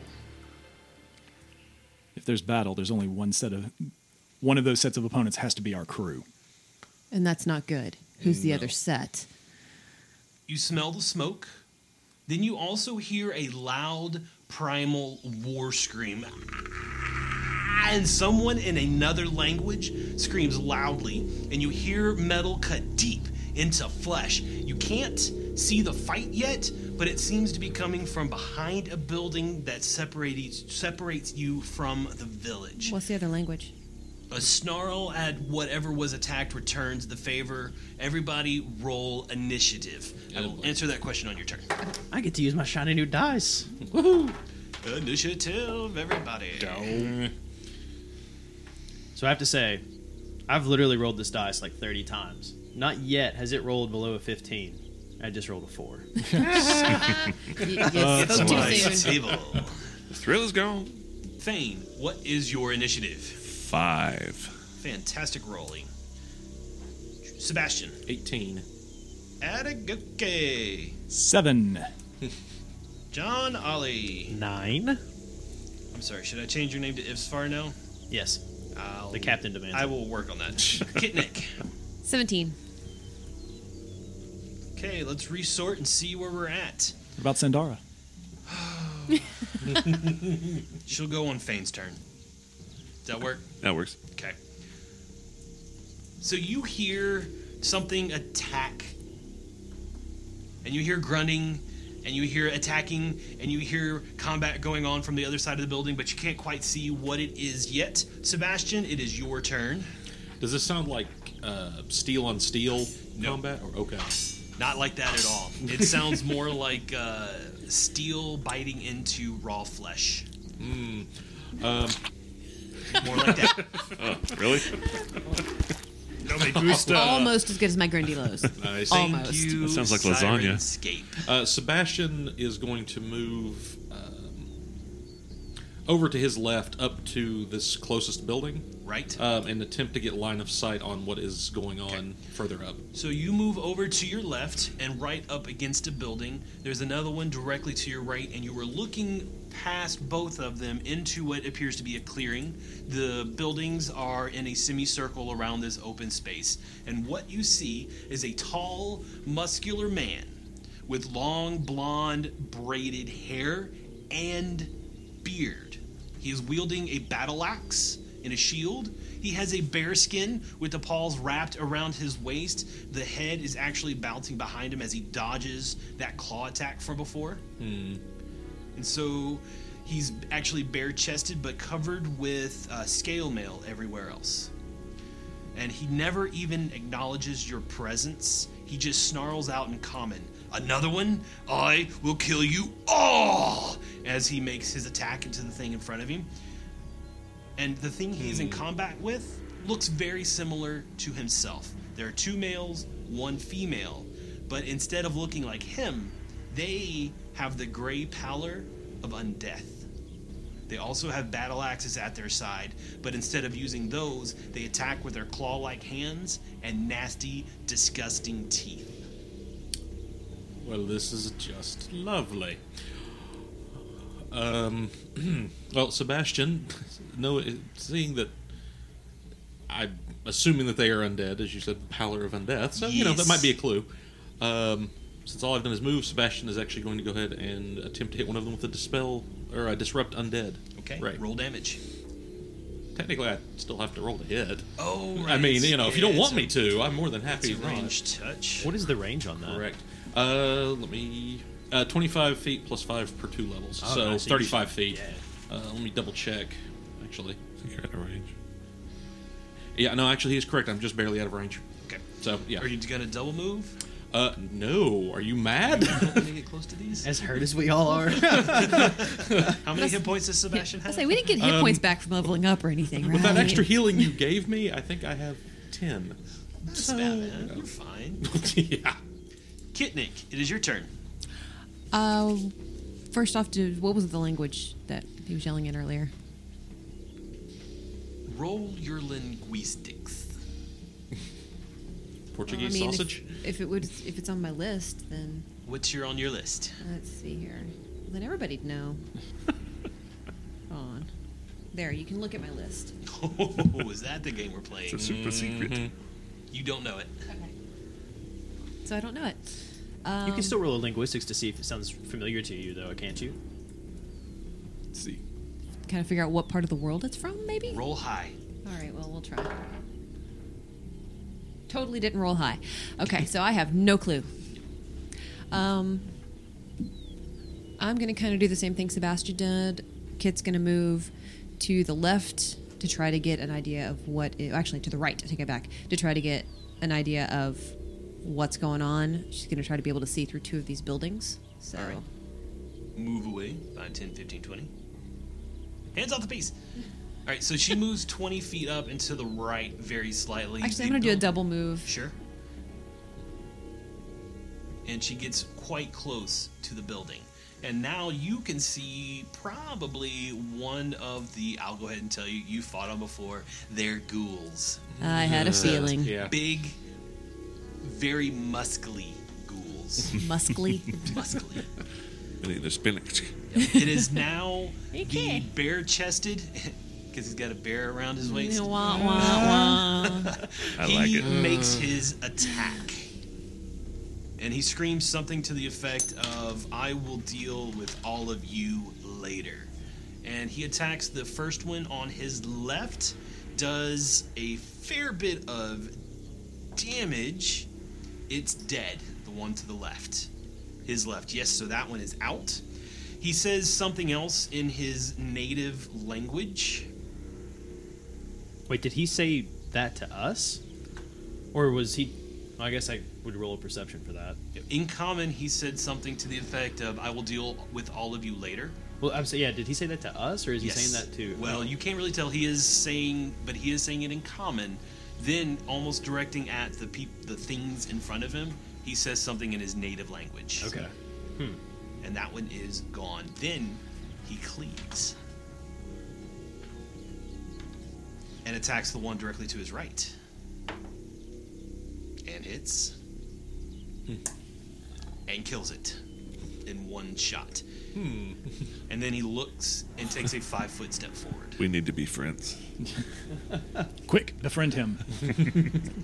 If there's battle, there's only one set of one of those sets of opponents has to be our crew.
And that's not good. Who's the other set?
You smell the smoke. Then you also hear a loud primal war scream. And someone in another language screams loudly, and you hear metal cut deep into flesh. You can't see the fight yet, but it seems to be coming from behind a building that separates separates you from the village.
What's the other language?
A snarl at whatever was attacked returns the favor. Everybody roll initiative. I will answer that question on your turn.
I get to use my shiny new dice.
Initiative, everybody.
So I have to say, I've literally rolled this dice like 30 times. Not yet has it rolled below a 15. I just rolled a 4.
Uh,
yes, spoke too soon.
Table.
The thrill is gone.
Thane, what is your initiative?
Five.
Fantastic rolling. Sebastian.
18.
Adaguke.
Seven.
John Ollie.
9?
I'm sorry, should I change your name to Ifsfar now?
Yes.
I'll,
The captain demands.
I
it.
will work on that. Kitnik.
17.
Okay, let's resort and see where we're at.
What about Sandara?
She'll go on Fane's turn. Does that work?
That works.
Okay. So you hear something attack. And you hear grunting, and you hear attacking, and you hear combat going on from the other side of the building, but you can't quite see what it is yet. Sebastian, it is your turn.
Does this sound like uh, steel on steel combat? Or okay,
Not like that at all. It sounds more like uh, steel biting into raw flesh. More like that.
Really?
Almost as good as my Grindylows.
nice.
Um,
Almost.
You
That sounds like lasagna.
Sirenscape.
Uh, Sebastian is going to move um, over to his left, up to this closest building,
Right?
um, and attempt to get line of sight on what is going on further up.
So you move over to your left and right up against a building. There's another one directly to your right, and you were looking past both of them into what appears to be a clearing. The buildings are in a semicircle around this open space, and what you see is a tall, muscular man with long, blonde, braided hair and beard. He is wielding a battle axe and a shield. He has a bearskin with the paws wrapped around his waist. The head is actually bouncing behind him as he dodges that claw attack from before. And so he's actually bare chested but covered with uh, scale mail everywhere else. And he never even acknowledges your presence. He just snarls out in common, Another one? I will kill you all! As he makes his attack into the thing in front of him. And the thing he's in combat with looks very similar to himself. There are two males, one female, but instead of looking like him, they have the gray pallor of undeath. They also have battle axes at their side, but instead of using those, they attack with their claw like hands and nasty, disgusting teeth.
Well, this is just lovely. Um, well, Sebastian, no, seeing that I'm assuming that they are undead, as you said, pallor of undeath. So you know that
Yes.
might be a clue. Um, since all I've done is move, Sebastian is actually going to go ahead and attempt to hit one of them with a dispel or a disrupt undead.
Okay,
right.
roll damage.
Technically, I still have to roll to hit.
Oh,
I
right,
mean, you know, if you don't
yeah,
want me
it's a-
to, I'm more than happy.
it's
to
a
not.
range touch.
What is the range on that?
Correct. Uh, let me. Uh, 25 feet plus 5 per two levels.
Oh,
so
nice.
35 feet.
Yeah.
Uh, let me double check, actually.
You're out of range.
Yeah, no, actually, he's correct. I'm just barely out of range.
Okay.
So, yeah.
Are you gonna double move?
uh, no, are you mad?
Let me get close to these.
As hurt as we all are.
How many hit points does Sebastian
I
have?
say we didn't get hit points back from leveling up or anything, right?
Um, With that extra healing you gave me, I think I have 10.
Just about it. You're fine.
yeah.
Kitnik, it is your turn.
Uh, first off, dude, what was the language that he was yelling in earlier?
Roll your linguistics.
Well, I
Portuguese
mean, if-
sausage?
If, it would, if it's on my list, then
What's your on your list?
let's see here. Then everybody'd know. Hold on. There, you can look at my list.
Oh, is that the game we're playing?
It's a super
Mm-hmm.
secret.
You don't know it.
So I don't know it.
you can still roll a linguistics to see if it sounds familiar to you, though, can't you?
Let's see.
Kind of figure out what part of the world it's from, maybe.
Roll high.
All right, well, we'll try. Totally didn't roll high. Okay, so I have no clue. Um, I'm going to kind of do the same thing Sebastian did. Kit's going to move to the left to try to get an idea of what. i- actually, to the right, I take it back, to try to get an idea of what's going on. She's going to try to be able to see through two of these buildings. So,
All right. Move away. 5, 10, 15, 20. Hands off the piece. All right, so she moves 20 feet up and to the right very slightly.
actually,
They
I'm going to do a
build-
double move.
Sure. And she gets quite close to the building. And now you can see probably one of the, I'll go ahead and tell you, you fought on before, they're ghouls.
I had a feeling.
Yeah.
Big, very muscly ghouls.
Muscly.
muscly.
And either spinach.
It is now the
Okay.
bare chested, because he's got a bear around his waist.
Wah, wah, wah.
I
he
like it.
makes his attack. And he screams something to the effect of, I will deal with all of you later. And he attacks the first one on his left, does a fair bit of damage. It's dead, the one to the left. His left. Yes, so that one is out. He says something else in his native language.
Wait, did he say that to us? Or was he. I guess I would roll a perception for that.
In common, he said something to the effect of, I will deal with all of you later.
Well, I'm saying, yeah, did he say that to us, or is he saying that to.
Well, you can't really tell. He is saying, but he is saying it in common. Then, almost directing at the peop- the things in front of him, he says something in his native language.
Okay. Hmm.
And that one is gone. Then he cleaves. And attacks the one directly to his right. And hits.
Hmm.
And kills it in one shot. and then he looks and takes a five foot step forward.
We need to be friends.
Quick, befriend him.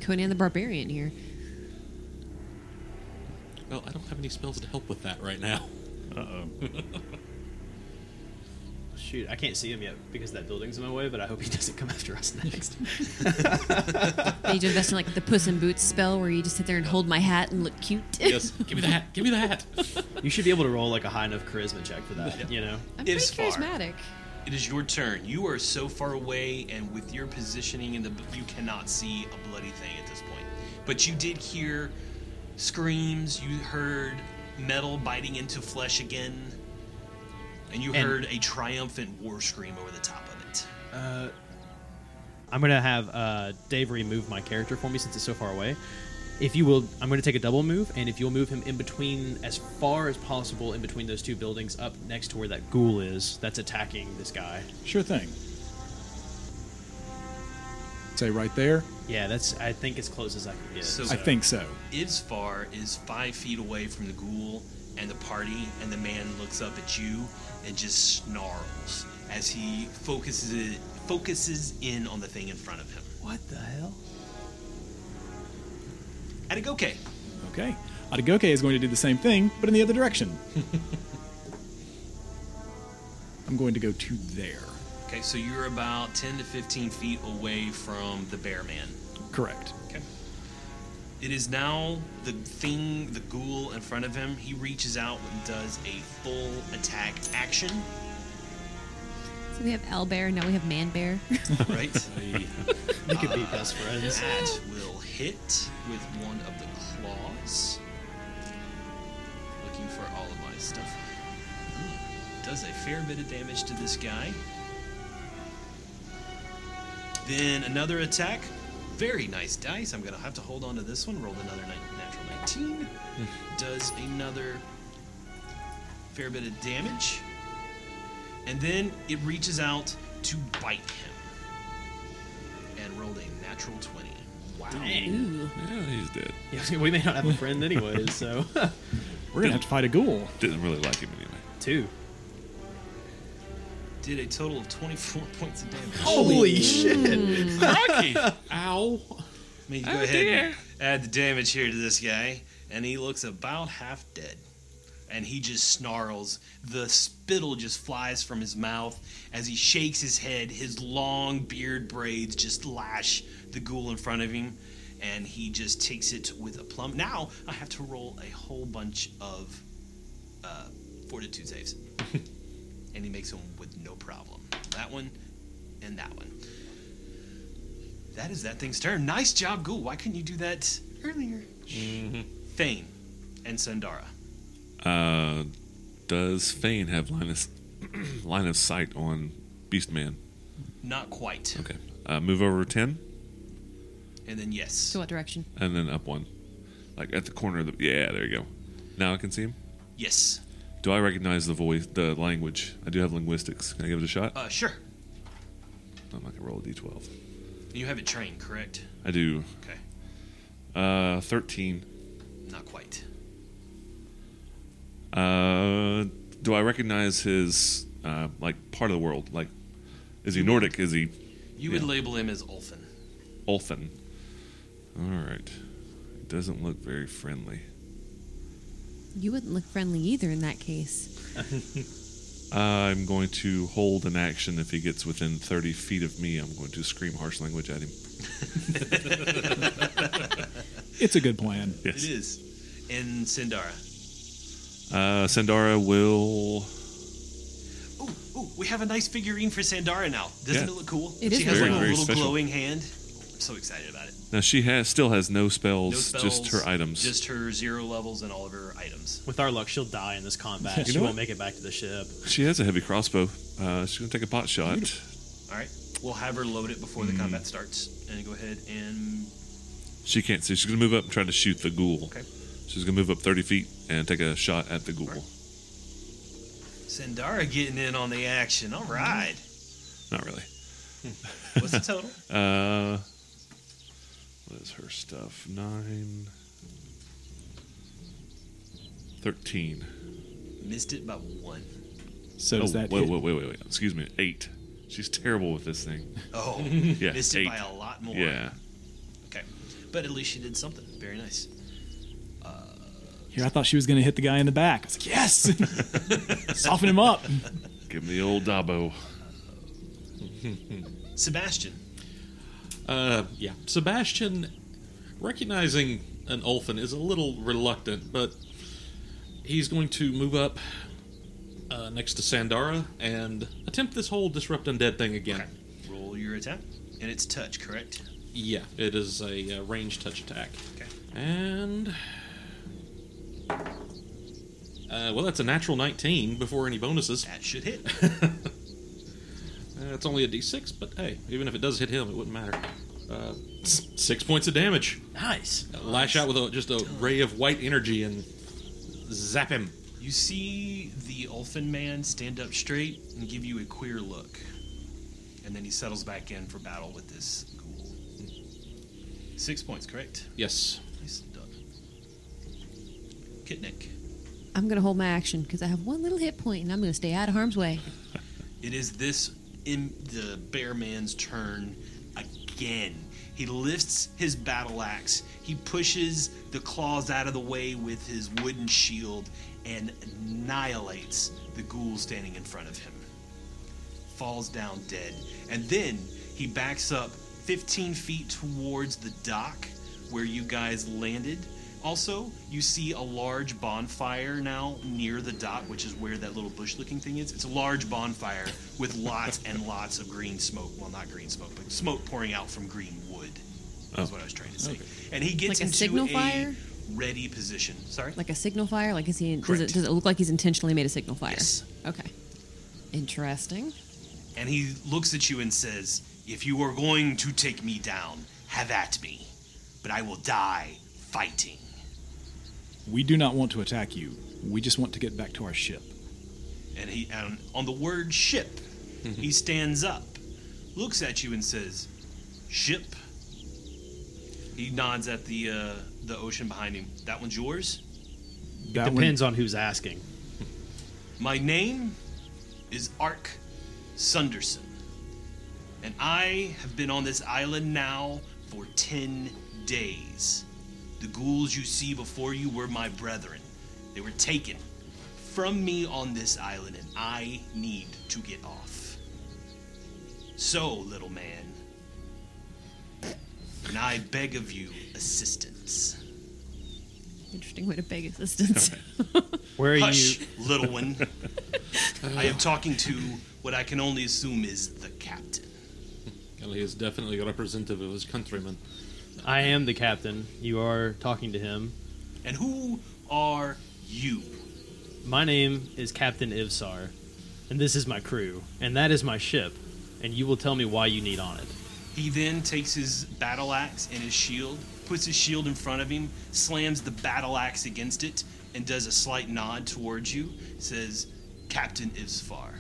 Conan the Barbarian here.
Well, I don't have any spells to help with that right now.
Shoot, I can't see him yet because that building's in my way, but I hope he doesn't come after us next.
They need to invest in like the Puss in Boots spell where you just sit there and hold my hat and look cute.
Yes, give me the hat. Give me the hat.
you should be able to roll like a high enough charisma check for that, you know?
I'm pretty
Is far.
charismatic.
It is your turn. You are so far away, and with your positioning in the, you cannot see a bloody thing at this point. But you did hear screams. You heard metal biting into flesh again, and you
And-
heard a triumphant war scream over the top of it.
I'm gonna have uh, Dave remove my character for me since it's so far away. If you will, I'm gonna take a double move, and if you'll move him in between as far as possible in between those two buildings, up next to where that ghoul is that's attacking this guy.
Sure thing. Say right there.
Yeah, that's I think as close as I can get.
So-
I think so.
Isfar is five feet away from the ghoul and the party, and the man looks up at you and just snarls as he focuses focuses in on the thing in front of him.
What the hell?
Atagoke.
Okay. Atagoke is going to do the same thing, but in the other direction. I'm going to go to there.
Okay, so you're about 10 to 15 feet away from the bear man.
Correct.
Okay. It is now the thing, the ghoul in front of him. He reaches out and does a full attack action,
So we have L Bear, now we have Man Bear.
right?
They could be best friends.
That will hit with one of the claws. Looking for all of my stuff. Ooh, Does a fair bit of damage to this guy. Then another attack. Very nice dice. I'm going to have to hold on to this one. Rolled another nine- natural 19. Does another fair bit of damage. And then it reaches out to bite him. And rolled a natural 20. Wow.
Ooh.
Yeah, he's dead.
Yeah, we may not have a friend anyways, so
We're going to have to fight a ghoul.
Didn't really like him anyway.
two.
Did a total of 24 points of damage.
Holy shit!
Ow.
May you go ahead and add the damage here to this guy, and he looks about half dead. And he just snarls. The spittle just flies from his mouth as he shakes his head. His long beard braids just lash the ghoul in front of him, and he just takes it with a plumb. Now I have to roll a whole bunch of uh, fortitude saves, and he makes them with no problem. That one and that one. That is that thing's turn. Nice job, Ghoul. Why couldn't you do that earlier?
Mm-hmm.
Thane and Sandara.
Uh, does Fane have line of, line of sight on Beastman?
Not quite.
Okay. Uh, move over 10
And then yes.
So what direction?
and then up one. Like at the corner of the. Yeah, there you go. Now I can see him.
yes.
Do I recognize the voice, the language? I do have linguistics. Can I give it a shot?
Uh, sure.
I'm not going to roll a d12.
You have it trained, correct?
I do.
Okay.
Uh, 13.
Not quite.
Uh, do I recognize his, uh, like, part of the world? Like, is he Nordic? Is he
You would
Yeah.
label him as Ulfin.
Ulfin. All right. It doesn't look very friendly.
You wouldn't look friendly either in that case.
I'm going to hold an action if he gets within 30 feet of me. I'm going to scream harsh language at him.
It's a good plan.
Yes.
It is. And Sandara.
Uh, Sandara will.
Ooh, ooh, we have a nice figurine for Sandara now. Doesn't
Yeah.
it look cool?
It
she
is
has
very,
like a
very
little
special.
glowing hand. I'm so excited about it.
Now she has still has no spells,
No spells,
just her items.
Just her zero levels and all of her items.
With our luck, she'll die in this combat. she
know
won't
what?
make it back to the ship.
She has a heavy crossbow. Uh, she's gonna take a pot shot.
All right. We'll have her load it before
Mm-hmm.
the combat starts. And go ahead and
She can't see. She's gonna move up and try to shoot the ghoul.
Okay.
She's gonna move up 30 feet and take a shot at the ghoul.
Alright. Sandara getting in on the action. All right.
Not really.
What's the total?
Uh, what is her stuff? Nine. 13.
Missed it by one.
So
Oh,
does that
wait,
hit?
wait, wait, wait, wait. Excuse me. Eight. She's terrible with this thing.
Oh,
Yeah,
missed
eight.
it by a lot more.
Yeah.
Okay, but at least she did something. Very nice.
Here, I thought she was going to hit the guy in the back. I was like, yes! Soften him up.
Give me the old Dabo.
Sebastian.
Uh, yeah. Sebastian, recognizing an Ulfin, is a little reluctant, but he's going to move up uh, next to Sandara and attempt this whole disrupt undead thing again.
Roll your attack, and it's touch, correct?
Yeah, it is a uh, range touch attack.
Okay.
And. Uh, well, that's a natural 19 before any bonuses.
That should hit.
Uh, it's only a d6, but hey, even if it does hit him, it wouldn't matter. Uh, s- six points of damage.
Nice.
Lash out with a, just a ray of white energy and zap him.
You see the Ulfin man stand up straight and give you a queer look, and then he settles back in for battle with this ghoul. Six points, correct?
Yes.
Nice done. Kitnik.
I'm gonna hold my action because I have one little hit point and I'm gonna stay out of harm's way.
It is this in the bear man's turn again. He lifts his battle axe. He pushes the claws out of the way with his wooden shield and annihilates the ghoul standing in front of him. Falls down dead. And then he backs up 15 feet towards the dock where you guys landed. Also, you see a large bonfire now near the dock, which is where that little bush looking thing is. It's a large bonfire with lots and lots of green smoke. Well, not green smoke, but smoke pouring out from green wood. That's what I was trying to say. And he
Like
gets
a
into
signal fire?
ready position. Sorry?
Like a signal fire? Like is he? Does it,
Correct.
does it look like he's intentionally made a signal fire?
Yes.
Okay. Interesting.
and he looks at you and says, If you are going to take me down, have at me, but I will die fighting.
We do not want to attack you. We just want to get back to our ship.
And he, and on the word ship, he stands up, looks at you and says, Ship. He nods at the uh, the ocean behind him. That one's yours.
That one-
Depends on who's asking.
My name is Ark Sunderson, and I have been on this island now for 10 days. The ghouls you see before you were my brethren. They were taken from me on this island, and I need to get off. So, little man, and I beg of you assistance.
Interesting way to beg assistance.
Where are
Hush,
you?
little one. I am talking to what I can only assume is the captain.
Well, he is definitely a representative of his countrymen.
I am the captain. You are talking to him.
And who are you?
My name is Captain Ivsar, and this is my crew, and that is my ship, and you will tell me why you need on it.
He then takes his battle axe and his shield, puts his shield in front of him, slams the battle axe against it, and does a slight nod towards you. Says, Captain Isfar,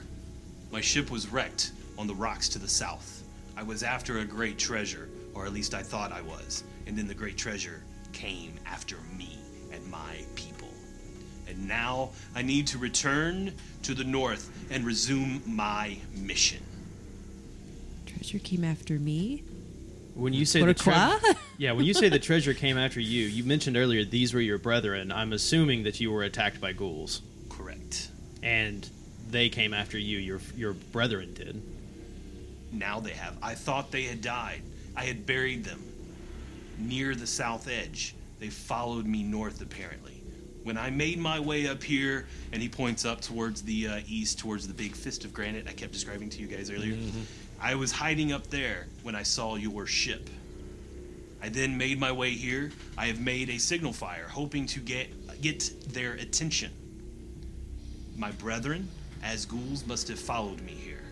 my ship was wrecked on the rocks to the south. I was after a great treasure, or at least I thought I was, and then the great treasure came after me and my people. And now I need to return to the north and resume my mission.
Treasure came after me.
When you say
What
the
a
tre-
cry.
yeah, when you say the treasure came after you, you mentioned earlier these were your brethren. I'm assuming that you were attacked by ghouls,
Correct.
and they came after you. Your your brethren did.
Now they have. I thought they had died. I had buried them near the south edge. They followed me north, apparently. When I made my way up here, and he points up towards the uh, east, towards the big fist of granite I kept describing to you guys earlier, I was hiding up there when I saw your ship. I then made my way here. I have made a signal fire, hoping to get get their attention. My brethren, as ghouls, must have followed me here,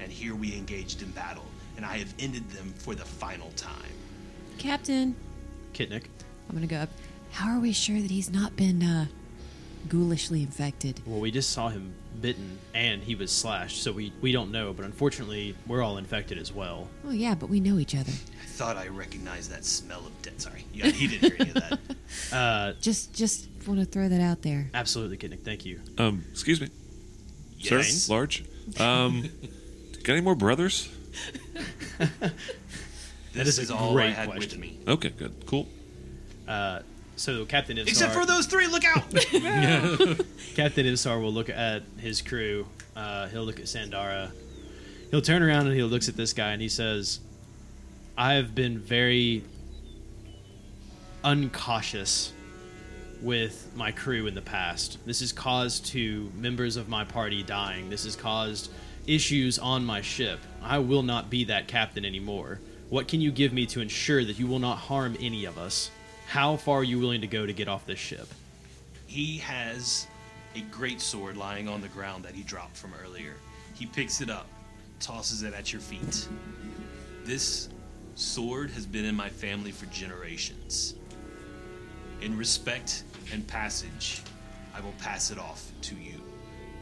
and here we engaged in battle, and I have ended them for the final time.
Captain,
Kitnik.
I'm gonna go up. How are we sure that he's not been uh, ghoulishly infected?
Well, we just saw him bitten, and he was slashed, so we we don't know. But unfortunately, we're all infected as well.
Oh yeah, but we know each other.
I thought I recognized that smell of death. Sorry, yeah, he didn't hear any of that.
Just, just want to throw that out there.
Absolutely, Kitnik. Thank you.
Um, excuse me,
Yes.
sir, large. Um, got any more brothers?
This
is a
is all I
great
had with
question.
me,
Okay, good, cool.
So Captain Ivsar.
except for those three. Look out!
Captain Ivsar will look at his crew. Uh, he'll look at Sandara. He'll turn around and he looks at this guy and he says, I have been very uncautious with my crew in the past. This has caused to members of my party dying. This has caused issues on my ship. I will not be that captain anymore. What can you give me to ensure that you will not harm any of us? How far are you willing to go to get off this ship?
He has a great sword lying on the ground that he dropped from earlier. He picks it up, tosses it at your feet. This sword has been in my family for generations. In respect and passage, I will pass it off to you.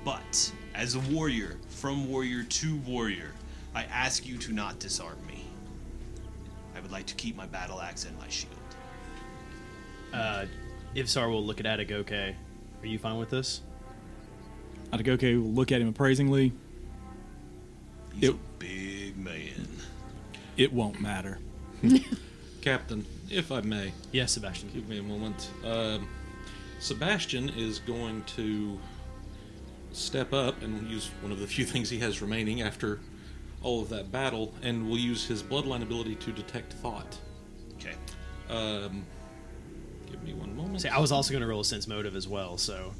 But as a warrior, from warrior to warrior, I ask you to not disarm me. I would like to keep my battle axe and my shield.
Ivsar will look at Atagoke. Are you fine with this?
Adagoke will look at him appraisingly.
He's a
Yep.
big man.
It won't matter.
Captain, if I may,
Yes, Sebastian.
give me a moment. Um, Sebastian is going to step up and use one of the few things he has remaining after all of that battle, and will use his bloodline ability to detect thought.
Okay.
Give me one moment.
See, I was also going to roll a sense motive as well, so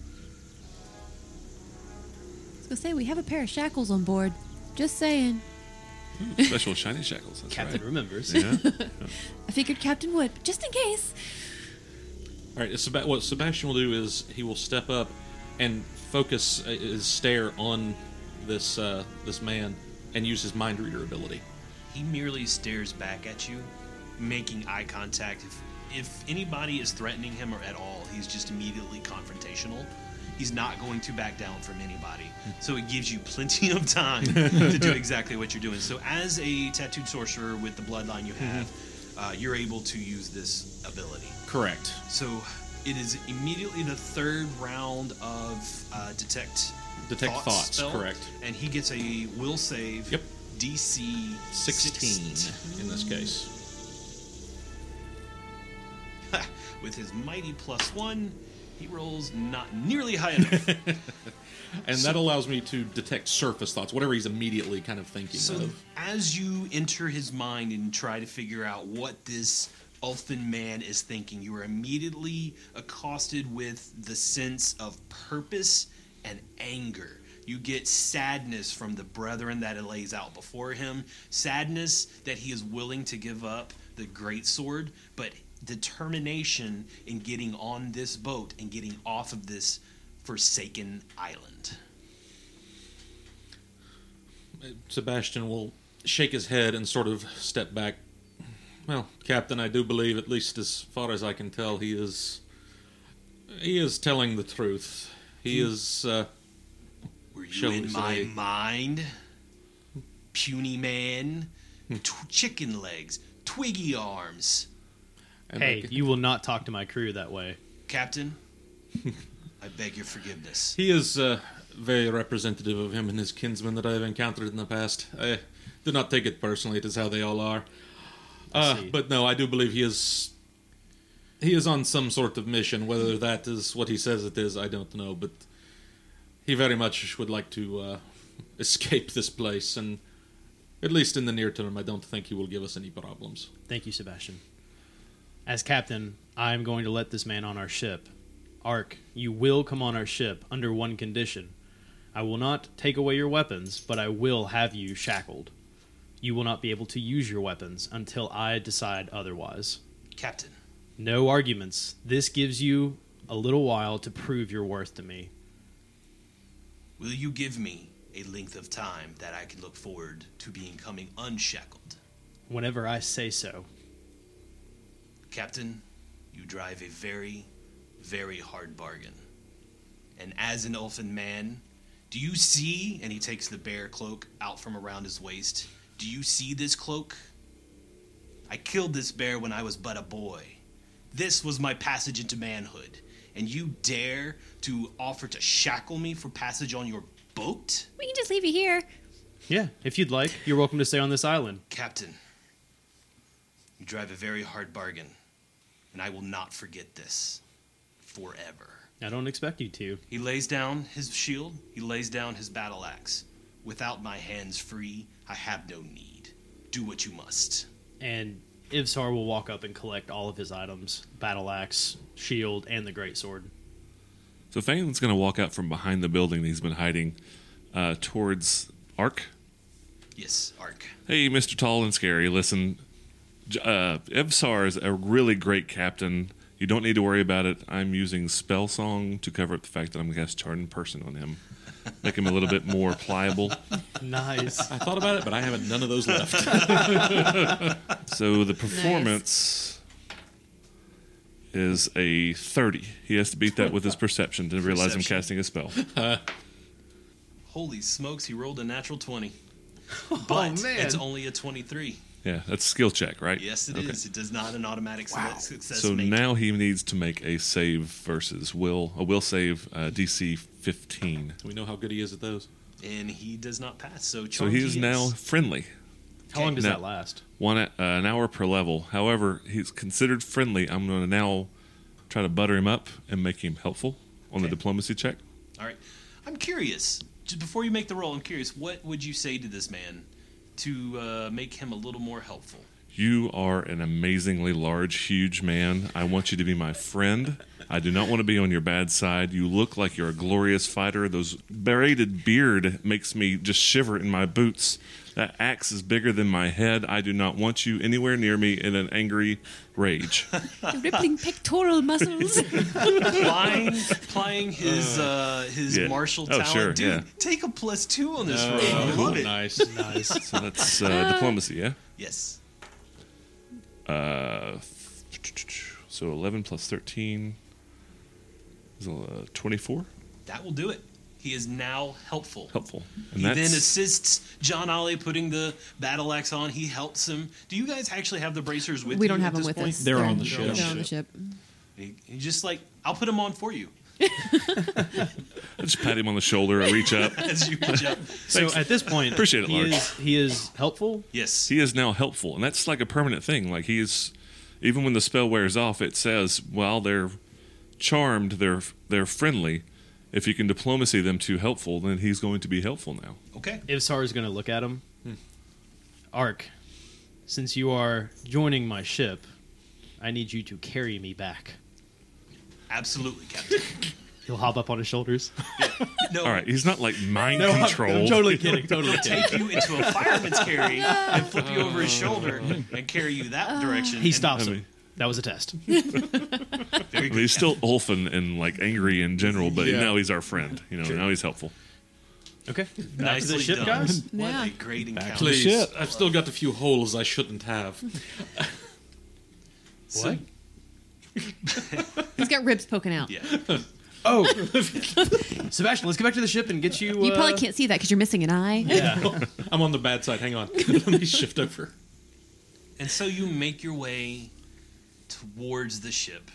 I was gonna say we have a pair of shackles on board. Just saying.
Special shiny shackles. That's
Captain remembers.
right. Yeah.
I figured Captain would, but just in case.
All right. Seb- what Sebastian will do is he will step up and focus uh, his stare on this uh, this man and use his mind reader ability.
He merely stares back at you, making eye contact. If, if anybody is threatening him or at all, he's just immediately confrontational. He's not going to back down from anybody. So it gives you plenty of time to do exactly what you're doing. So, as a tattooed sorcerer with the bloodline you have, uh, you're able to use this ability.
Correct.
So it is immediately the third round of uh, detect
Detect thoughts,
spell,
correct.
And he gets a will save.
Yep.
DC
16, in this case.
with his mighty plus one. He rolls not nearly high enough.
And that allows me to detect surface thoughts, whatever he's immediately kind of thinking
so
of.
as you enter his mind and try to figure out what this elfin man is thinking, you are immediately accosted with the sense of purpose and anger. You get sadness from the brethren that it lays out before him, sadness that he is willing to give up the great sword, but determination in getting on this boat and getting off of this forsaken island.
Sebastian will shake his head and sort of step back. Well, Captain, I do believe, at least as far as I can tell, he is. He is telling the truth. He is. Uh,
Were you
Shall we
in my
say-
mind, puny man? Tw- chicken legs, twiggy arms.
and I
Hey,
can-
you will not talk to my crew that way.
Captain, I beg your forgiveness.
He is uh, very representative of him and his kinsmen that I have encountered in the past. I do not take it personally; it is how they all are. Uh,
see.
but no, I do believe he is. He is on some sort of mission. Whether that is what he says it is, I don't know. But he very much would like to uh, escape this place, and at least in the near term, I don't think he will give us any problems.
Thank you, Sebastian. As captain, I am going to let this man on our ship. Ark, you will come on our ship under one condition. I will not take away your weapons, but I will have you shackled. You will not be able to use your weapons until I decide otherwise.
Captain,
No arguments. This gives you a little while to prove your worth to me.
will you give me a length of time that I can look forward to being coming unshackled?
Whenever I say so,
Captain, you drive a very, very hard bargain. And as an elfin man, do you see? And he takes the bear cloak out from around his waist. Do you see this cloak? I killed this bear when I was but a boy. This was my passage into manhood. And you dare to offer to shackle me for passage on your boat?
We can just leave you here.
Yeah, if you'd like, you're welcome to stay on this island.
Captain, you drive a very hard bargain. And I will not forget this forever.
I don't expect you to.
He lays down his shield, he lays down his battle axe. Without my hands free, I have no need. Do what you must.
And Ivsar will walk up and collect all of his items battle axe, shield, and the great sword.
So Fane's going to walk out from behind the building that he's been hiding uh, towards Ark.
Yes, Ark.
Hey, Mr. Tall and Scary, listen. J- Uh, Evsar is a really great captain. You don't need to worry about it. I'm using Spell Song to cover up the fact that I'm going to cast Turn in Person on him. Make him a little bit more pliable.
Nice.
I thought about it, but I haven't none of those left.
So the performance is a 30. He has to beat that with his perception to realize I'm casting
Perception.
a spell.
Holy smokes, he rolled a natural 20. But
Oh,
man.
it's only a 23.
Yeah, that's a skill check, right?
Yes, it is.
Okay.
It does not an automatic su- success.
So
make.
now he needs to make a save versus will a will save uh, DC 15.
we know how good he is at those.
And Oh, he does not pass. So,
So
Chongi
he is now friendly.
How long does
No.
that last?
one uh, an hour per level. However, he's considered friendly. I'm going to now try to butter him up and make him helpful on the
Okay.
diplomacy check.
All right. I'm curious. Just before you make the roll, I'm curious. What would you say to this man to uh, make him a little more helpful?
You are an amazingly large, huge man. I want you to be my friend. I do not want to be on your bad side. You look like you're a glorious fighter. Those braided beard makes me just shiver in my boots. That axe is bigger than my head. I do not want you anywhere near me in an angry rage.
Rippling pectoral muscles.
Plying, plying his uh, his
yeah.
martial
Oh,
talent,
sure,
dude.
yeah.
Take a plus two on this roll. I love it.
nice.
Nice.
So that's uh, diplomacy, yeah?
Yes.
Uh, so 11 plus 13 is uh, 24.
That will do it. He is now helpful.
Helpful. And
He
that's,
then assists John Ollie putting the battle axe on. He helps him. Do you guys actually have the bracers with
we
you
don't
at
have them
this
with
point?
us.
They're on the ship.
They're on the ship.
He, he just like, I'll put them on for you
I just pat him on the shoulder. I reach up.
as you reach up.
So at this point,
Appreciate it,
he
Large.
is, he is helpful.
Yes.
He is now helpful. And that's like a permanent thing. Like he is, even when the spell wears off, it says, while they're charmed, they're, they're friendly. If you can diplomacy them to helpful, then he's going to be helpful now.
Okay.
Ivsar is going to look at him.
Hmm.
Ark, since you are joining my ship, I need you to carry me back.
Absolutely, Captain.
He'll hop up on his shoulders.
No.
All right. He's not like mind
No, I'm-
control.
I'm totally kidding. Totally kidding.
Take you into a fireman's carry and flip you over his shoulder and carry you
Uh.
that direction.
He
And-
stops
I
him.
mean-
That was a test.
I mean, he's still olfin and like angry in general, but
Yeah.
now he's our friend. You know, now he's helpful.
Okay. Back to
Nicely
the ship,
done.
guys.
What
Yeah.
a great encounter.
Please,
Shit.
I've still got a few holes I shouldn't have.
So-
He's got ribs poking out.
yeah.
Oh, Sebastian, let's go back to the ship and get you.
You
uh,
probably can't see that because you're missing an eye.
I'm on the bad side. Hang on. Let me shift over.
And so you make your way towards the ship.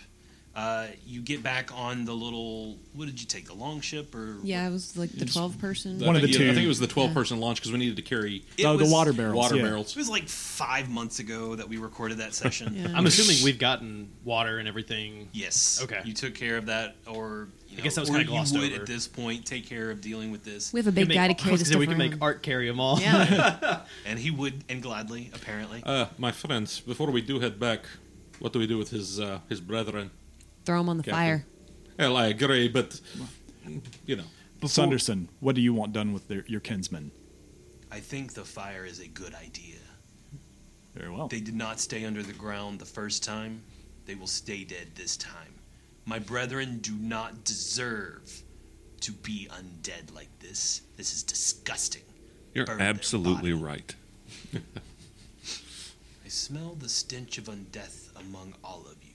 Uh, you get back on the little. What did you take? The long ship or?
Yeah, it was like the 12 person.
One of
I
the
think it-
two.
I think it was the 12 person launch because we needed to carry
It
oh,
was-
the water barrels.
water
yeah.
barrels.
It was like five months ago that we recorded that session. Um,
Yeah.
I'm assuming we've gotten water and everything.
Yes.
Okay.
You took care of that, or you know,
guess that was
or
kinda glossed
you would
over.
at this point take care of dealing with this,
We have a
We
big
can
guy to
make- I
carry
was
this
gonna say
stuff
we can make
around.
Art carry them all.
Yeah.
and he would, and gladly, apparently.
Uh, my friends, before we do head back, what do we do with his uh, his brethren?
Throw him on the
Captain.
fire.
Well, I agree, but you know,
Sunderson, what do you want done with their, your kinsmen?
I think the fire is a good idea.
Very well.
They did not stay under the ground the first time. They will stay dead this time. My brethren do not deserve to be undead like this. This is disgusting.
You're
Burn their
absolutely
body.
right.
I smell the stench of undeath among all of you.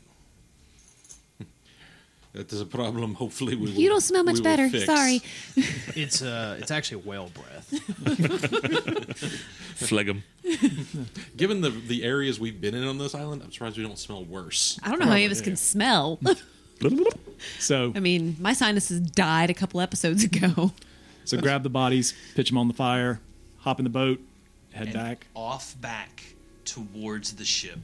that is a problem. Hopefully, we will,
You don't smell
we
much
will
better.
fix.
Sorry.
It's uh, it's actually whale breath.
Fleg him.
Given the the areas we've been in on this island, I'm surprised we don't smell worse.
I don't know how any of us can smell.
So,
I mean, my sinuses died a couple episodes ago.
so grab the bodies, pitch them on the fire, hop in the boat, head back.
off back towards the ship.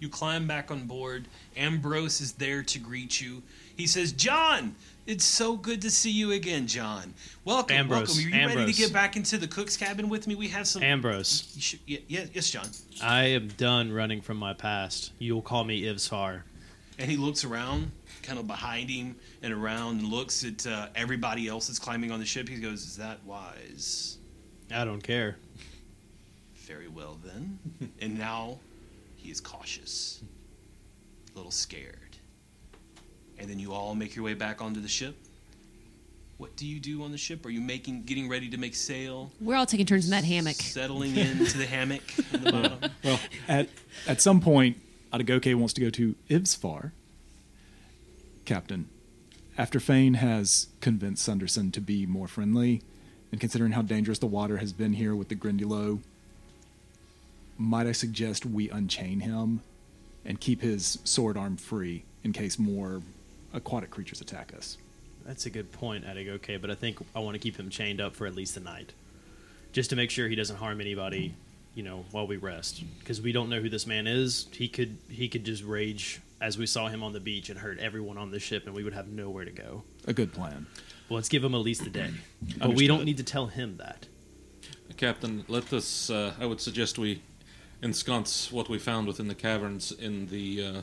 You climb back on board. Ambrose is there to greet you. He says, John, it's so good to see you again, John. Welcome,
Ambrose,
welcome. Are you ready
Ambrose.
to get back into the cook's cabin with me? We have some.
Ambrose,
you should- yeah, yeah, yes, John.
I am done running from my past. You'll call me Ivsar.
And he looks around, kind of behind him and around, and looks at uh, everybody else that's climbing on the ship. He goes, Is that wise?
I don't care.
Very well, then. and now he is cautious, a little scared. And then you all make your way back onto the ship. What do you do on the ship? Are you making, getting ready to make sail?
We're all taking turns in that hammock.
Settling into the hammock in the bottom?
Well, at at some point, Adagoke wants to go to Ivsfar. Captain, after Fane has convinced Sunderson to be more friendly, and considering how dangerous the water has been here with the Grindylow, might I suggest we unchain him and keep his sword arm free in case more aquatic creatures attack us?
That's a good point, Attic. Okay, but I think I want to keep him chained up for at least the night, just to make sure he doesn't harm anybody you know, while we rest, because we don't know who this man is. He could he could just rage as we saw him on the beach and hurt everyone on the ship, and we would have nowhere to go.
A good plan.
Well, let's give him at least a day, but we don't need to tell him that.
Captain, let us. Uh, I would suggest we ensconce what we found within the caverns in the uh,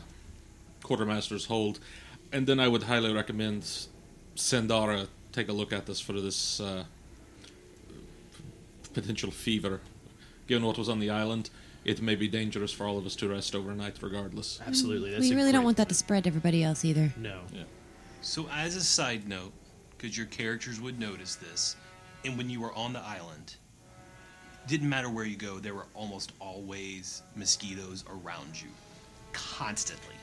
quartermaster's hold, and then I would highly recommend Sandara take a look at this for this uh, potential fever. Given what was on the island, it may be dangerous for all of us to rest overnight, regardless.
Absolutely, that's
Mm. we
a
really don't
great
want that to
point.
spread to everybody else either.
No,
So, as a side note, because your characters would notice this, and when you were on the island, didn't matter where you go, there were almost always mosquitoes around you, constantly.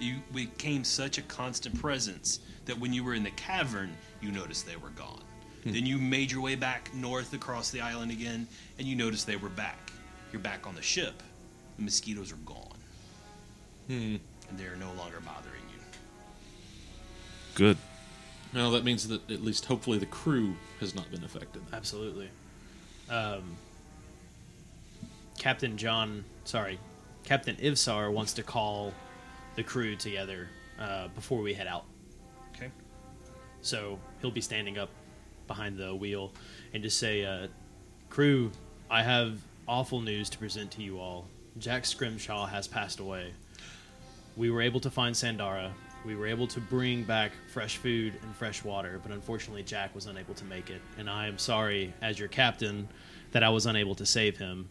You became such a constant presence that when you were in the cavern, you noticed they were gone. Then you made your way back north across the island again, and you noticed they were back. You're back on the ship. The mosquitoes are gone. And they're no longer bothering you.
Good.
Now that means that at least, hopefully, the crew has not been affected.
absolutely. Um, Captain John, sorry, Captain Ivsar wants to call the crew together uh, before we head out.
Okay?
So he'll be standing up behind the wheel and just say, uh, Crew, I have awful news to present to you all. Jack Scrimshaw has passed away. We were able to find Sandara. We were able to bring back fresh food and fresh water, but unfortunately, Jack was unable to make it. And I am sorry, as your captain, that I was unable to save him.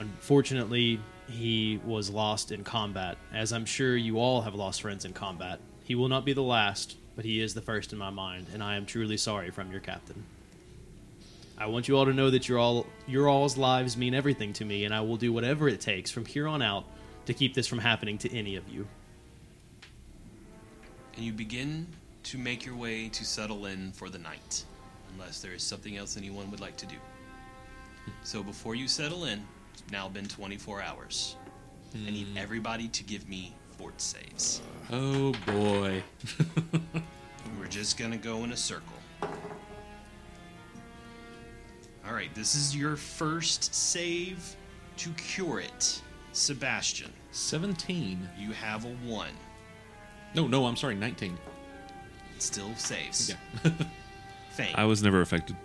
Unfortunately, he was lost in combat, as I'm sure you all have lost friends in combat. He will not be the last, but he is the first in my mind, and I am truly sorry from your captain. I want you all to know that your all your all's lives mean everything to me, and I will do whatever it takes from here on out to keep this from happening to any of you.
and you begin to make your way to settle in for the night, unless there is something else anyone would like to do. So before you settle in, it's now been 24 hours. I need everybody to give me fort saves.
Oh boy.
We're just gonna go in a circle. All right, this is your first save to cure it, Sebastian.
17.
You have a one.
No, no, I'm sorry, 19.
It still saves.
Yeah.
Fang,
I was never affected.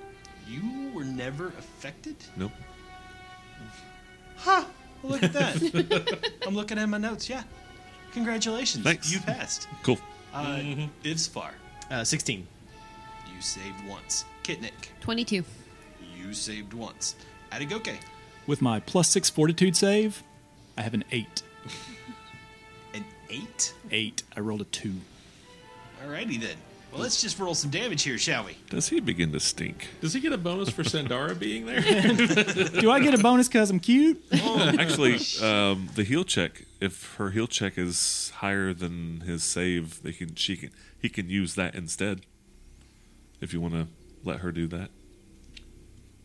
you were never affected.
Nope.
Huh. Look at that. I'm looking at my notes. Yeah. Congratulations.
Thanks.
You passed.
Cool.
Uh, Ivsfar,
Uh, 16.
you saved once. Kitnik,
22.
you saved once. Adigoke,
With my plus six fortitude save, I have an eight.
an eight.
Eight. I rolled a two.
Alrighty then. Well, let's just roll some damage here, shall we?
Does he begin to stink?
Does he get a bonus for Sandara being there?
Do I get a bonus because I'm cute?
Oh,
Actually, um, the heal check. If her heal check is higher than his save, they can she can he can use that instead. If you want to let her do that,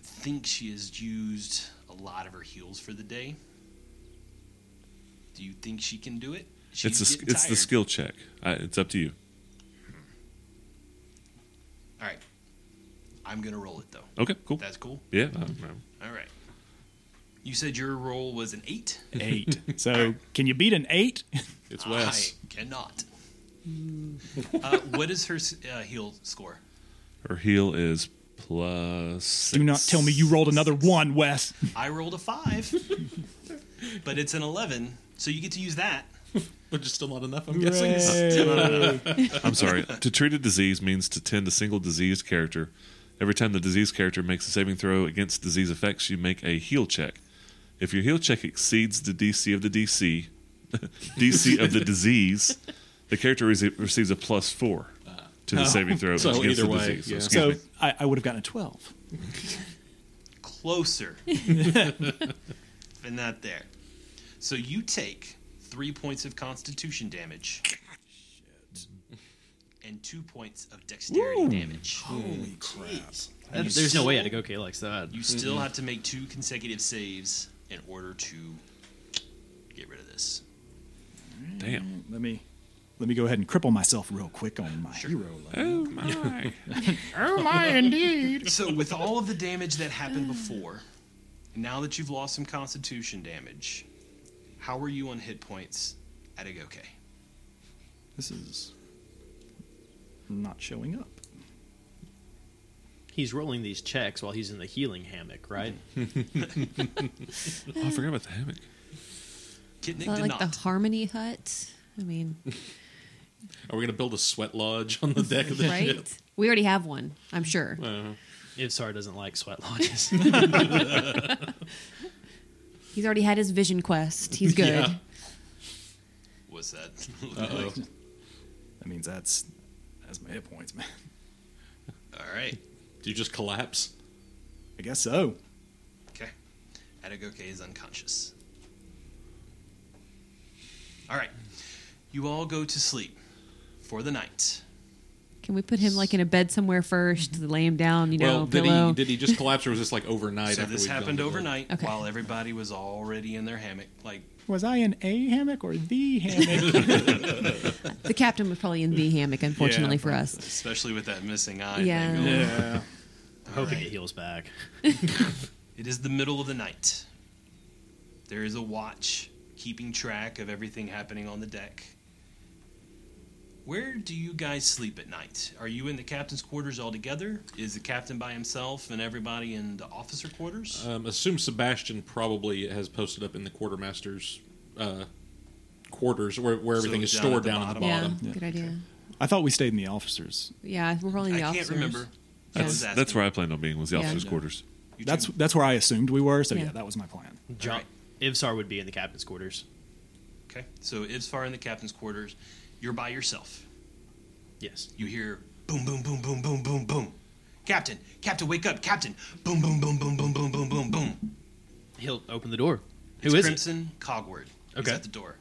Think she has used a lot of her heals for the day. Do you think she can do it? She's
it's a,
getting
it's the
tired.
skill check. I, it's up to you.
All right. I'm gonna roll it though.
Okay, cool.
That's cool.
Yeah, um, I don't know.
All right. You said your roll was an eight.
Eight. so can you beat an eight?
it's Wes.
I cannot. uh, what is her s- uh, heal score?
her heal is plus. Six.
Do not tell me you rolled another one, Wes.
I rolled a five, but it's an 11, so you get to use that.
Which is still not enough, I'm guessing.
I'm sorry. to treat a disease means to tend a single diseased character. Every time the diseased character makes a saving throw against disease effects, you make a heal check. If your heal check exceeds the DC of the DC, DC of the disease, the character rece- receives a plus four to the saving throw
Uh-huh. So
against the
either way,
disease.
yeah.
Excuse
So
me.
I, I would have gotten a 12.
Closer, but not there. So you take three points of constitution damage. And two points of dexterity damage. Holy crap.
That- Uh, there's no way I'd go K likes that.
You still have to make two consecutive saves in order to get rid of this.
Damn.
Let me let me go ahead and cripple myself real quick on my hero level.
Oh my.
Oh my, indeed.
So with all of the damage that happened before, Now that you've lost some constitution damage, how are you on hit points at Agoke?
This is not showing up.
He's rolling these checks while he's in the healing hammock, right?
Oh, I forgot about the hammock.
Kitnik
Is
did
that like
not.
the Harmony Hut? I mean,
Are we going to build a sweat lodge on the deck of the ship?
right? We already have one, I'm sure.
Ivsar doesn't like sweat lodges.
He's already had his vision quest. He's good.
Yeah.
What's that?
Oh,
That means that's that's my hit points, man.
All right.
Do you just collapse?
I guess so.
Okay. Atagoke is unconscious. All right. You all go to sleep for the night.
Can we put him like in a bed somewhere first to lay him down? You know,
well, did
pillow.
he did he just collapse or was this like overnight?
So
after
this
we'd gone
happened
to bed?
overnight
Okay.
while everybody was already in their hammock. Like,
Was I in a hammock or the hammock?
the captain was probably in the hammock, unfortunately for us.
especially with that missing eye.
Yeah.
Thing going.
yeah.
Hoping it heals back.
It is the middle of the night. There is a watch keeping track of everything happening on the deck. Where do you guys sleep at night? Are you in the captain's quarters all together? Is the captain by himself and everybody in the officer quarters?
Uh,
Um, assume Sebastian probably has posted up in the quartermaster's uh, quarters where, where
So
everything is
down
stored
at the
down at the
bottom.
bottom.
Yeah,
Bottom.
good idea.
I thought we stayed in the officers.
Yeah, we're rolling the
I can't
officers.
remember.
Yeah.
was asking.
That's where I planned on being was the
Yeah.
officers' quarters.
You
That's
two-
that's where I assumed we were. So yeah,
Yeah.
that was my plan.
John,
right.
Ivsar would be in the captain's quarters.
okay. So Ivsfar in the captain's quarters. You're by yourself.
Yes.
You hear boom, boom, boom, boom, boom, boom, boom. Captain, Captain, wake up, Captain. Boom, boom, boom, boom, boom, boom, boom, boom, boom.
He'll open the door.
It's
Who is it?
Crimson Cogward. He's
Okay.
at the door.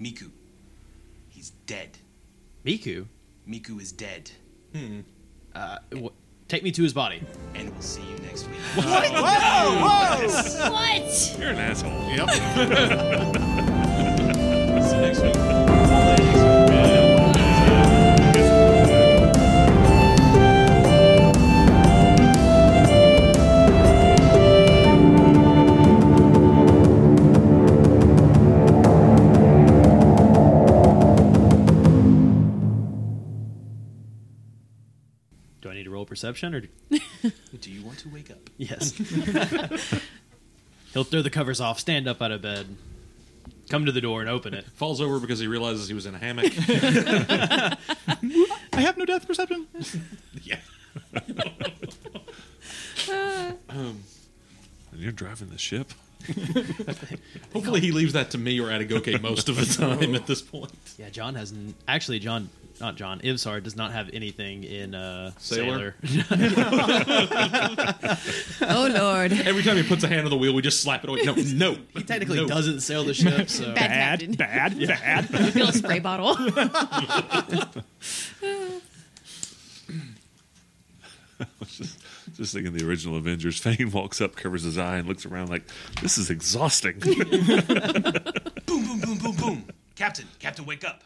Miku. He's dead.
Miku.
Miku is dead.
Uh, wh- take me to his body.
And we'll see you next week.
What?
You're an asshole.
see you next week.
Do I need to roll perception or?
Do you want to wake up?
Yes. He'll throw the covers off, stand up out of bed, come to the door and open it.
Falls over because he realizes he was in a hammock.
I have no death perception.
yeah.
And you're driving the ship.
Hopefully he leaves that to me or Atagoke most of the time at this point.
Yeah, John has n- actually John, not John. Ivsar does not have anything in uh,
Sailor?
sailor.
Oh Lord.
Every time he puts a hand on the wheel, we just slap it away. No, no.
he technically
No.
doesn't sail the ship, so
Bad,
Bad, bad, bad.
captain. Fill a spray bottle.
Just, just thinking the original Avengers. Fane walks up, covers his eye, and looks around like, this is exhausting.
Boom, boom, boom, boom, boom. Captain, Captain, wake up.